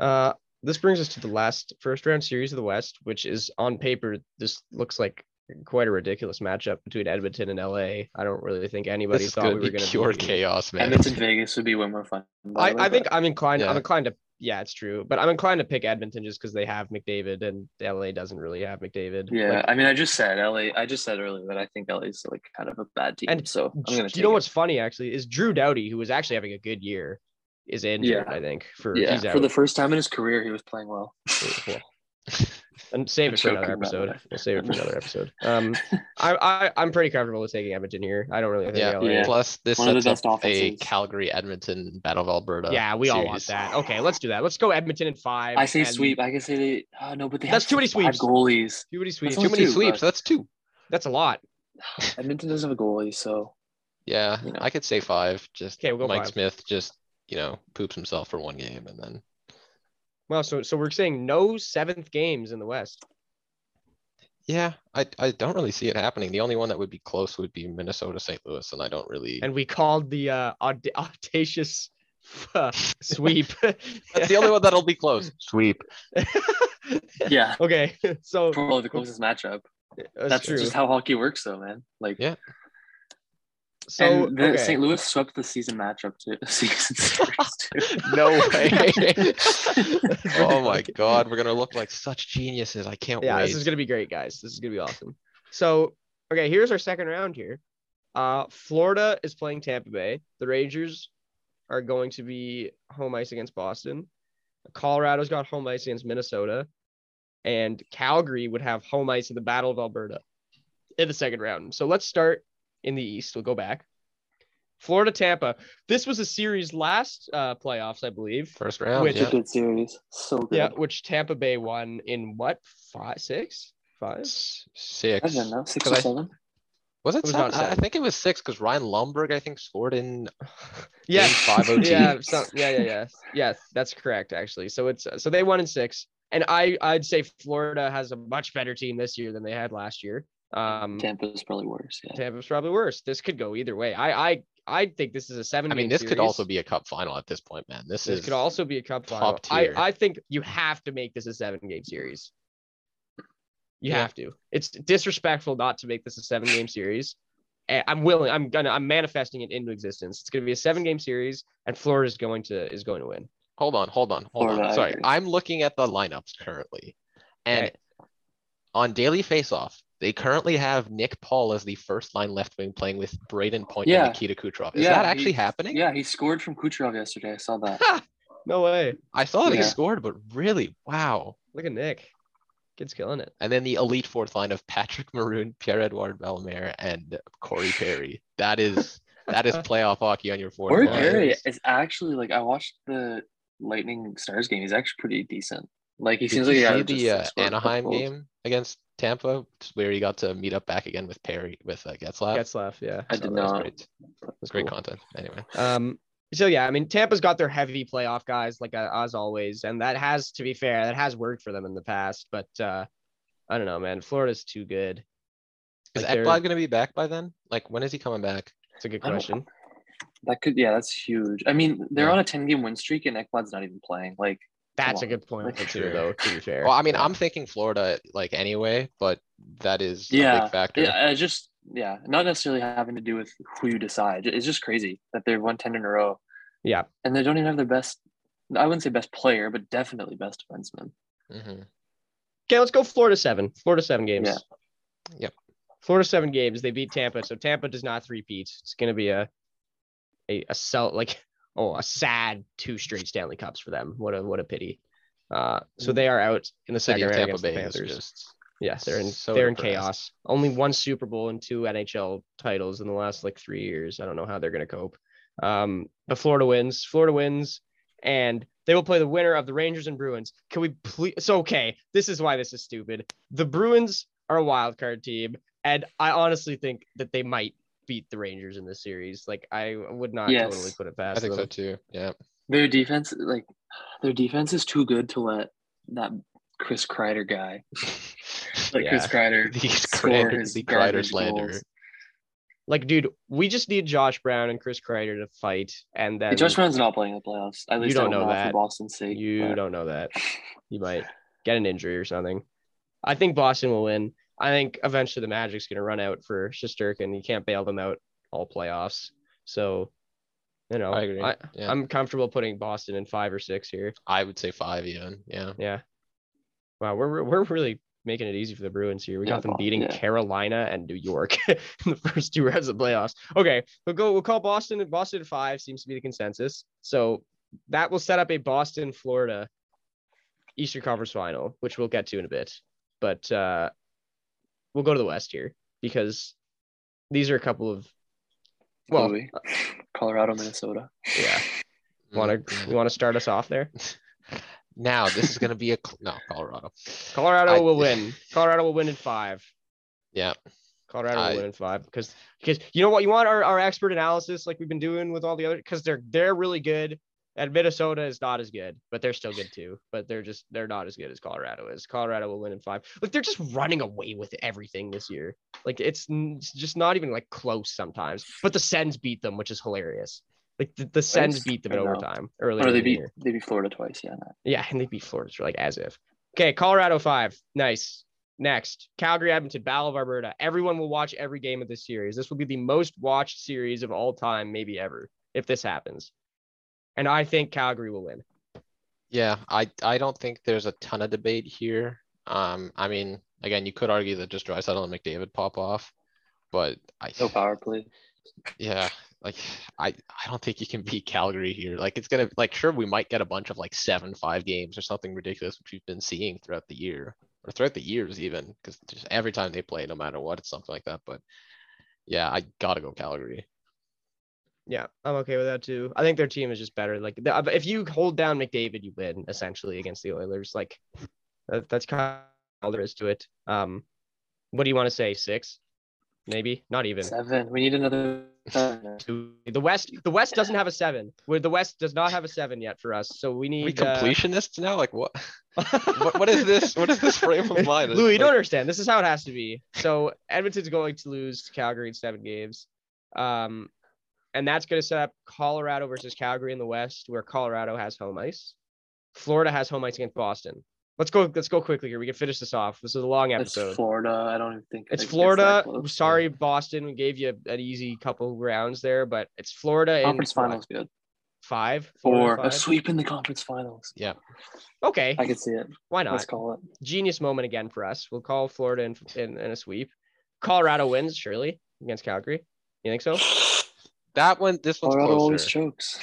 Uh, this brings us to the last first round series of the West, which is on paper. This looks like quite a ridiculous matchup between Edmonton and LA. I don't really think anybody This is thought we gonna were be going to pure chaos, man. Edmonton Vegas would be way more fun. by I, the way, I think but I'm inclined. I'm Yeah. inclined to. Yeah, it's true, but I'm inclined to pick Edmonton just because they have McDavid and LA doesn't really have McDavid. yeah, Like, I mean, I just said LA. I just said earlier that I think LA's like kind of a bad team, And so I'm gonna. do you know take what's funny actually is Drew Doughty, who was actually having a good year, is injured. Yeah. I think for it. he's yeah out. for the first time in his career he was playing well. Well, and save I'm it for another joking about episode. that. We'll save it for another episode. Um, I, I I'm pretty comfortable with taking Edmonton here. I don't really think Yeah. LA. Yeah. Plus, this One of the sets best up a offenses. Calgary Edmonton Battle of Alberta. Yeah, we all want series. that. Oh, Okay, let's do that. Let's go Edmonton in five. I say and- sweep. I can say they. Oh, no, but they That's have too many such bad sweeps. goalies. Too many sweeps. That's Too only many two, sweeps. but- That's two. That's a lot. Edmonton doesn't have a goalie, so Yeah, You know. I could say five. Just 'Kay, we'll go Mike five. Smith just you know poops himself for one game and then Well, so so we're saying no seventh games in the West. yeah, I I don't really see it happening. The only one that would be close would be Minnesota St. Louis, and I don't really. And we called the uh, aud- audacious uh, sweep. That's the only one that'll be close. Sweep. yeah, okay, so probably the closest matchup. that's, That's true. just how hockey works, though, man. Like, Yeah. so and the, okay. St. Louis swept the season matchup too. Season series too. No way. oh my God, we're gonna look like such geniuses. I can't yeah, wait. this is gonna be great, guys. This is gonna be awesome. So, okay, here's our second round here. Uh, Florida is playing Tampa Bay. The Rangers are going to be home ice against Boston. Colorado's got home ice against Minnesota, and Calgary would have home ice in the Battle of Alberta in the second round. So let's start in the East. We'll go back. Florida Tampa. This was a series last uh, playoffs, I believe. First round. Which- It's yeah. a good series. So good. Yeah, which Tampa Bay won in what five, six, five? S- Six. Seven, no? Six Could or I- seven? Was it? It was seven? not I- I seven. think it was six because Ryan Lumberg, I think, scored in Yeah, game five oh OT. yeah, so, yeah, yeah, yeah, yeah. That's correct, actually. So it's so they won in six, and I I'd say Florida has a much better team this year than they had last year. Um, Tampa's probably worse. Yeah. Tampa's probably worse. This could go either way. I I I think this is a seven. I mean, game this could series. also be a cup final at this point, man. This, this is could also be a cup final. top I tier. I think you have to make this a seven game series. You Yeah. have to. It's disrespectful not to make this a seven game series. And I'm willing. I'm gonna. I'm manifesting it into existence. It's gonna be a seven game series, and Florida's going to is going to win. hold on, hold on, hold Florida, on. I Sorry, agree. I'm looking at the lineups currently, and Okay. on daily faceoff, they currently have Nick Paul as the first line left wing playing with Braden Point Yeah. and Nikita Kucherov. Is Yeah, that he- actually happening? Yeah, he scored from Kucherov yesterday. I saw that. No way. I saw that he Yeah. scored, but really, wow. Look at Nick. Kid's killing it. And then the elite fourth line of Patrick Maroon, Pierre Edouard Bellemare, and Corey Perry. That is that is playoff hockey on your fourth Corey line. Perry is actually like I watched the Lightning Stars game. He's actually pretty decent. Like he Did seems like you a guy see who just the uh, sits for a Anaheim couple- game against Tampa where he got to meet up back again with Perry with uh, Getzlaff? Getzlaff, yeah. I So did that was not. Great. It was That's great cool. content. Anyway, Um, so yeah, I mean, Tampa's got their heavy playoff guys, like uh, as always, and that has, to be fair, that has worked for them in the past. But uh, I don't know, man. Florida's too good. is Like, they're- Ekblad going to be back by then? Like, when is he coming back? It's a good I don't- question. That could yeah, that's huge. I mean, they're Yeah. on a ten game win streak and Ekblad's not even playing. Like That's a on. good point Like, too, though. To be fair. Well, I mean, Yeah. I'm thinking Florida like anyway, but that is a Yeah, big factor. yeah, I just yeah, not necessarily having to do with who you decide. It's just crazy that they've won ten in a row. Yeah. And they don't even have their best I wouldn't say best player, but definitely best defenseman. Mhm. Okay, let's go Florida seven. Florida seven games. Yeah. Yep. Florida seven games. They beat Tampa, so Tampa does not threepeat. It's gonna be a a a sell like oh a sad two straight Stanley Cups for them. What a what a pity. Uh, so they are out in the City second of round Tampa against the Bay is Panthers. just Yeah, they're in so they're in depressed. chaos. Only one Super Bowl and two NHL titles in the last like three years. I don't know how they're gonna cope. Um, but Florida wins. Florida wins, and they will play the winner of the Rangers and Bruins. Can we please? It's okay. This is why this is stupid. The Bruins are a wild card team, and I honestly think that they might beat the Rangers in this series. Like I would not Yes. totally put it I past think so them. too. Yeah. Their defense like their defense is too good to let that Chris Kreider guy. Like Chris Yeah. Kreider. The score Kreider, his the Kreider garbage slander. goals. Like, dude, we just need Josh Brown and Chris Kreider to fight, and then Josh Brown's not playing in the playoffs. At You least I don't hope know not that. for Boston's sake. You but- don't know that. You might get an injury or something. I think Boston will win. I think eventually the Magic's going to run out for Shosturkin. You can't bail them out all playoffs. So, you know, I agree. I, yeah. am comfortable putting Boston in five or six here. I would say five even. Yeah. Yeah. Wow, we're we're really making it easy for the Bruins here. We Yeah, got them Bo- beating yeah. Carolina and New York in the first two rounds of playoffs. Okay, we'll go. We'll call Boston. Boston at five seems to be the consensus. So that will set up a Boston Florida Eastern Conference Final, which we'll get to in a bit. But uh, we'll go to the West here because these are a couple of well, Louis. Colorado, Minnesota. yeah. Mm, Want to yeah. you want to start us off there? Now this is going to be a cl- no Colorado. Colorado I- will win. Colorado will win in five. Yeah. Colorado I- will win in five because because you know what you want our, our expert analysis like we've been doing with all the other because they're they're really good and Minnesota is not as good but they're still good too but they're just they're not as good as Colorado is Colorado will win in five like they're just running away with everything this year like it's, n- it's just not even like close sometimes but the Sens beat them which is hilarious like the, the Sens Nice. beat them I in know. overtime earlier Or in they the beat year. they beat Florida twice, yeah. Yeah, and they beat Florida, so, like as if. Okay, Colorado five. Nice. Next, Calgary, Edmonton, Battle of Alberta. Everyone will watch every game of this series. This will be the most watched series of all time, maybe ever, if this happens. And I think Calgary will win. Yeah, I I don't think there's a ton of debate here. Um, I mean, again, you could argue that just Drysdale and McDavid pop off, but I No power play. yeah, like I I don't think you can beat Calgary here. Like it's gonna like sure we might get a bunch of like seven five games or something ridiculous which we've been seeing throughout the year or throughout the years even because just every time they play, no matter what, it's something like that. But yeah, I gotta go Calgary. Yeah, I'm okay with that too. I think their team is just better. Like the- uh, if you hold down McDavid, you win essentially against the Oilers. Like that, that's kind of all there is to it. Um, what do you want to say? Six, maybe not even. Seven. We need another seven. to the West. The West doesn't have a seven. Where the West does not have a seven yet for us, so we Are need. we uh, completionists now? Like what? what, what is this? What is this frame of mind? Lou, you Like, don't understand. This is how it has to be. So Edmonton's going to lose to Calgary in seven games, um, and that's going to set up Colorado versus Calgary in the West, where Colorado has home ice. Florida has home ice against Boston. Let's go. Let's go quickly here. We can finish this off. This is a long It's episode. Florida. I don't even think It's like, that Florida. close. Sorry, Boston. We gave you an easy couple rounds there, but it's Florida in Conference what, finals good. five, Florida Or a five? sweep in the conference finals. Yeah. Okay, I could see it. why Let's not? call it. Genius moment again for us. We'll call Florida in, in, in a sweep. Colorado wins, surely, against Calgary. You think so? That one, this one's Colorado closer. always chokes.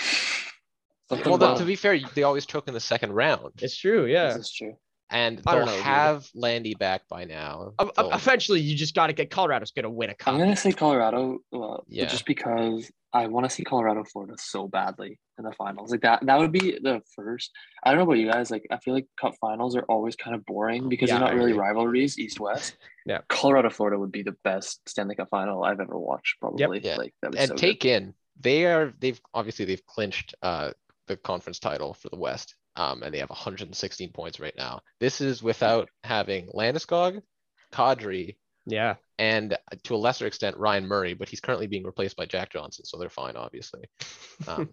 well, Something though, about- to be fair, they always choke in the second round. It's true, yeah. This is true. and I don't they'll know, dude. have Landy back by now. Um, um, They'll- eventually, you just got to get Colorado's going to win a cup. I'm gonna say Colorado, uh, Yeah. just because I want to see Colorado Florida so badly in the finals. Like that, that would be the first. I don't know about you guys. Like I feel like Cup finals are always kind of boring because Yeah, they're I not really agree. rivalries, East West. Yeah. Colorado Florida would be the best Stanley Cup final I've ever watched. Probably. Yeah. Like that was and so good. take in they are they've obviously they've clinched uh the conference title for the west um and they have 116 points right now this is without having landeskog kadri Yeah. and uh, to a lesser extent ryan murray but he's currently being replaced by jack johnson so they're fine obviously um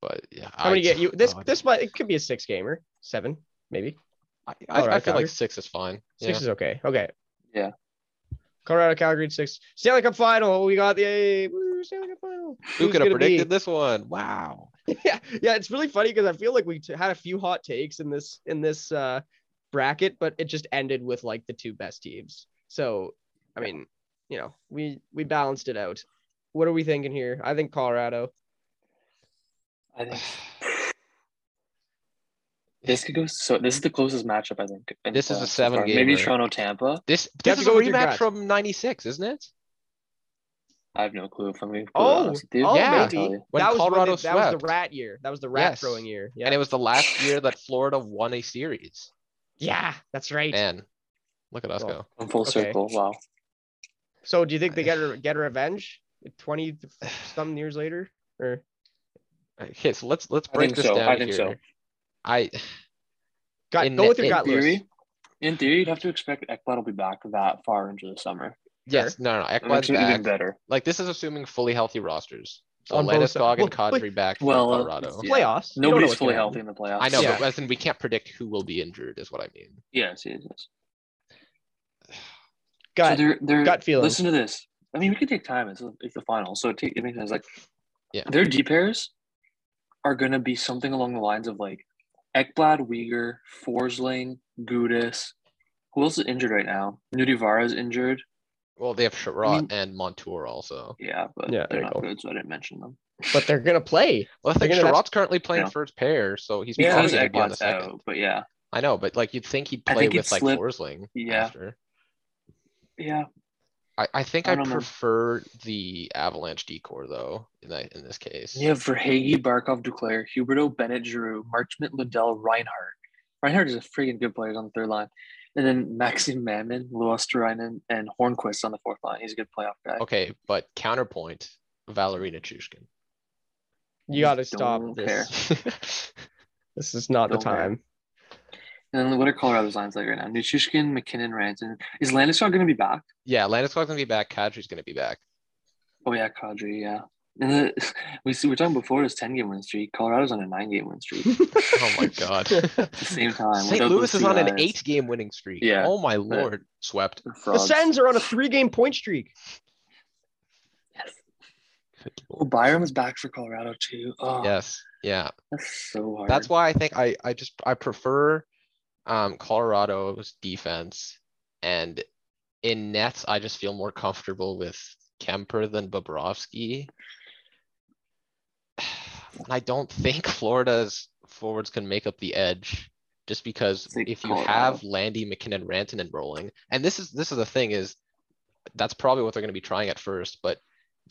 but yeah How many get you? This God. this might it could be a six gamer, seven maybe. i, I, I Alright, feel Kadri. like six is fine Six yeah. is okay. Okay. Yeah. Colorado, Calgary, six. Stanley Cup final. We got the yay, woo, Stanley Cup final. who Who's could have gonna be- predicted this one wow yeah yeah it's really funny because i feel like we t- had a few hot takes in this in this uh bracket but it just ended with like the two best teams so i mean you know we we balanced it out what are we thinking here i think colorado I think this could go so. This is the closest matchup I think. in This is a playoffs so seven far. Maybe gamer. Toronto Tampa. this You have this to is a go with your rematch gut. from 96 isn't it I have no clue if I'm going. oh oh Yeah. yeah. maybe When that was when Colorado they- that was swept. the rat year that was the rat Yes. throwing year yeah and it was the last year that Florida won a series. yeah that's right Man, look at us Well, go. I'm full Okay. circle. Wow. so do you think they get re- get revenge 20 some years later or Okay, so let's let's I break think this so, down I think here. so. I got, In go the- with your in gut Lewis. theory, in theory, you'd have to expect Ekblad will be back that far into the summer. yes, no, no, no, It makes Ekblad's it even back. better. Like this is assuming fully healthy rosters. So On both sides. Landeskog and Well, but- Kadri back for Well, uh, Colorado. yeah. playoffs You don't know Nobody's what's fully gonna happen. healthy in the playoffs. I know, Yeah. but as in we can't predict who will be injured, is what I mean. Yes, yes, yes. So gut they're, they're, gut feeling Listen to this. I mean, we could take time. It's, it's the final, so it, take, it makes sense. Like, Yeah. their D pairs are gonna be something along the lines of like Ekblad, Uyghur, Forsling, Gudis. Who else is injured right now? Nudivara is injured. Well, they have Sherrod I mean- and Montour also. Yeah, but Yeah, there they're you not go. good, so I didn't mention them. but they're gonna play Well, I think They're gonna- Sherrod's currently playing Yeah. first pair, so he's Yeah, probably because going to be on the Ekblad's second. out, but yeah, I know, but like you'd think he'd I play think he'd with like slip. Forsling Yeah. after. yeah. I, I think I I, don't know. prefer the Avalanche decor though in that in this case. You have Verhage, Barkov, Duclair, Huberto, Bennett, Giroux, Marchment, Lindell, Reinhardt. Reinhardt is a freaking good player on the third line. And then Maxim Mammon, Luos Turainen, and Hornquist on the fourth line. He's a good playoff guy. Okay, but counterpoint, Valerina Chushkin. You gotta stop Don't this. care. This is not the Don't care. time. And then what are Colorado's lines like right now? Nichushkin, McKinnon, Ranton. Is Landeskog going to be back? yeah, Landeskog's gonna be back. Kadri's gonna be back. Oh, yeah, Kadri, yeah. And then, we see, we were talking before this 10 game win streak. Colorado's on a nine game win streak at Oh my god. the same time. St. without Louis those is two on an guys. eight-game winning streak. Yeah, Oh my lord, swept. They're The frauds. Sens are on a three-game point streak. Oh, Byram's back for Colorado, too. Oh, Yes. Yeah. That's so hard. That's why I think I I just I prefer um Colorado's defense and in nets I just feel more comfortable with Kemper than Bobrovsky. And I don't think Florida's forwards can make up the edge just because Think if you Colorado. have Landy, McKinnon, Rantanen rolling, and this is this is the thing is that's probably what they're going to be trying at first, but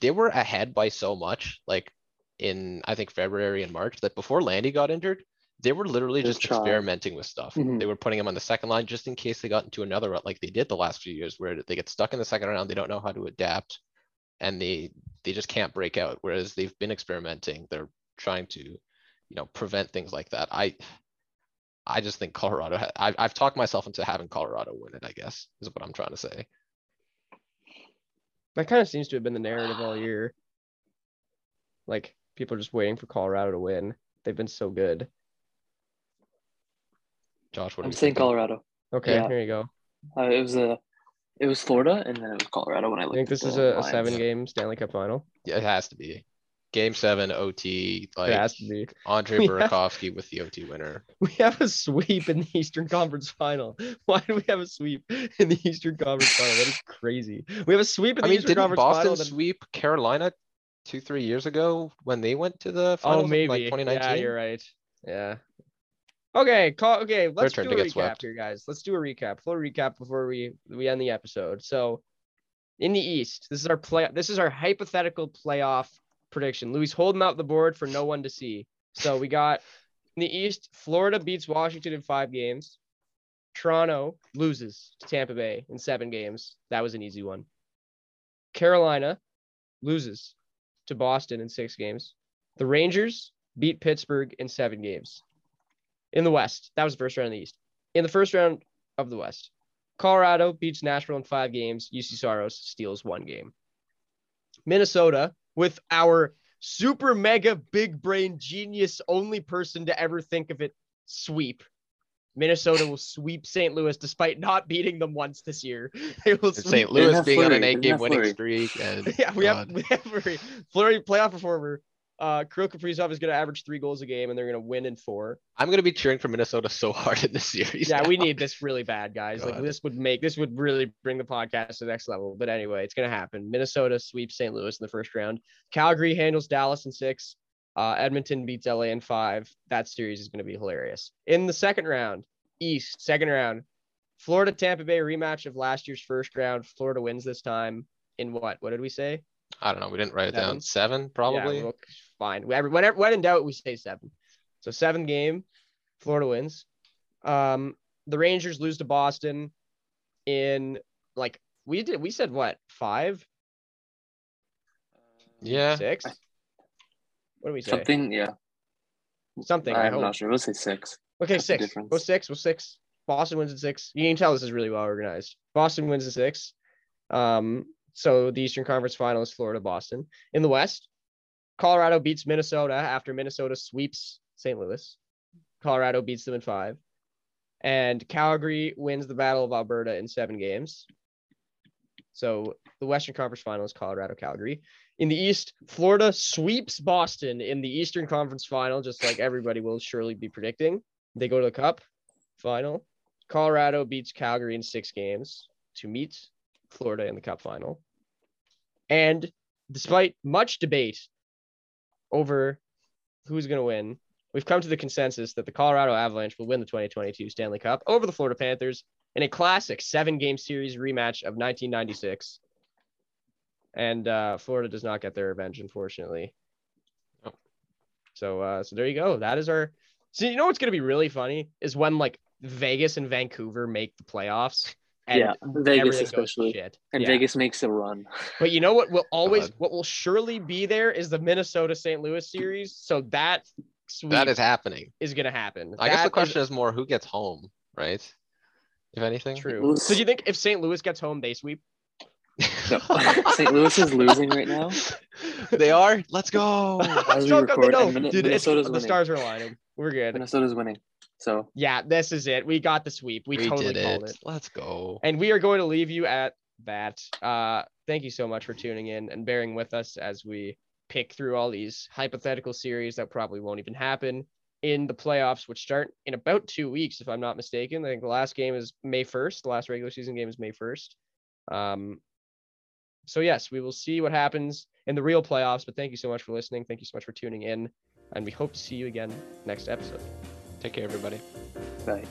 they were ahead by so much, like in I think February and March, that before Landy got injured, they were literally They're just trying. experimenting with stuff. Mhm. They were putting him on the second line just in case they got into another rut, like they did the last few years, where they get stuck in the second round, they don't know how to adapt, and they they just can't break out. Whereas they've been experimenting, they're trying to, you know, prevent things like that. I I just think Colorado. Ha- I've I've talked myself into having Colorado win it. I guess is what I'm trying to say. That kind of seems to have been the narrative all year. Like people are just waiting for Colorado to win. They've been so good. Josh, what are I'm you saying thinking? Colorado. Okay, Yeah. here you go. Uh, it was a, it was Florida, and then it was Colorado when I I looked. think at this the is a, a lines. seven-game Stanley Cup final. Yeah, it has to be. Game seven OT, like it has to be. Andre We have- Burakovsky with the OT winner. We have a sweep in the Eastern Conference final. Why do we have a sweep in the Eastern Conference final? That is crazy. We have a sweep in the I mean, Eastern didn't Conference Boston final. then- sweep Carolina two, three years ago when they went to the Oh, finals? in, maybe. Like 2019? yeah, you're right. Yeah. Okay, call. Okay, let's do a turn to recap get swept. here, guys. Let's do a recap. Full recap before we we end the episode. So, in the East, this is our play. This is our hypothetical playoff prediction. Louis holding out the board for no one to see. So we got in the East, Florida beats Washington in five games. Toronto loses to Tampa Bay in seven games. That was an easy one. Carolina loses to Boston in six games. The Rangers beat Pittsburgh in seven games. In the West, that was the first round of the East. In the first round of the West, Colorado beats Nashville in five games. UC Soros steals one game. Minnesota, with our super mega big brain genius only person to ever think of it, sweep. Minnesota will sweep St. Louis despite not beating them once this year. They will And sweep St. Didn't Louis have being on an Fleury, eight didn't game have winning Fleury. streak. And yeah, we have, God. we have Flurry, Flurry playoff performer. Uh, Kirill Kaprizov is going to average three goals a game, and they're going to win in four. I'm gonna be cheering for Minnesota so hard in this series. Yeah, now. we need this really bad, guys. Like God. this would make this would really bring the podcast to the next level. But anyway, it's going to happen. Minnesota sweeps St. Louis in the first round. Calgary handles Dallas in six. Uh, Edmonton beats LA in five. That series is going to be hilarious. In the second round, East second round, Florida Tampa Bay rematch of last year's first round. Florida wins this time. In what? What did we say? I don't know. We didn't write it down. Seven? Seven, Yeah, probably. we'll- fine. Whenever, whenever, when in doubt, we say seven. So seven game, Florida wins. Um, the Rangers lose to Boston in like we did. We said what five, yeah. six? What do we say? Something. Something, yeah. I I'm hope. not sure. We'll say six. Okay, That's the six. difference. Well, six. Well, six. Boston wins in six. You can tell this is really well organized. Boston wins in six. Um, so the Eastern Conference Final is Florida Boston. In the West, Colorado beats Minnesota after Minnesota sweeps St. Louis. Colorado beats them in five, and Calgary wins the Battle of Alberta in seven games. So the Western Conference Final is Colorado Calgary. In the East, Florida sweeps Boston in the Eastern Conference Final, just like everybody will surely be predicting. They go to the cup final. Colorado beats Calgary in six games to meet Florida in the cup final. And despite much debate over who's going to win, we've come to the consensus that the Colorado Avalanche will win the 2022 Stanley Cup over the Florida Panthers in a classic seven game series rematch of 1996. And uh, Florida does not get their revenge, unfortunately. Nope. So, uh, so there you go. That is our so you know what's gonna be really funny is when like Vegas and Vancouver make the playoffs. And yeah, Vegas everything goes to especially. shit. And Yeah. Vegas makes a run. But you know what will always God. what will surely be there is the Minnesota St. Louis series. So that sweep That is happening. is gonna happen. I guess That the is question is, more who gets home, right? If anything. true. So do you think if St. Louis gets home, they sweep? No. St. Louis is losing right now. they are. Let's go. As we Don't go- record, no, and Min- dude, it's- Minnesota's the winning. stars are aligning. We're good. Minnesota's winning. So Yeah, this is it. We got the sweep. We, We totally did called it. it. Let's go. And we are going to leave you at that. Uh, thank you so much for tuning in and bearing with us as we pick through all these hypothetical series that probably won't even happen in the playoffs, which start in about two weeks, if I'm not mistaken. I think the last game is May 1st. The last regular season game is May 1st. Um, so, yes, we will see what happens in the real playoffs. But thank you so much for listening. Thank you so much for tuning in. And we hope to see you again next episode. Take care, everybody. bye.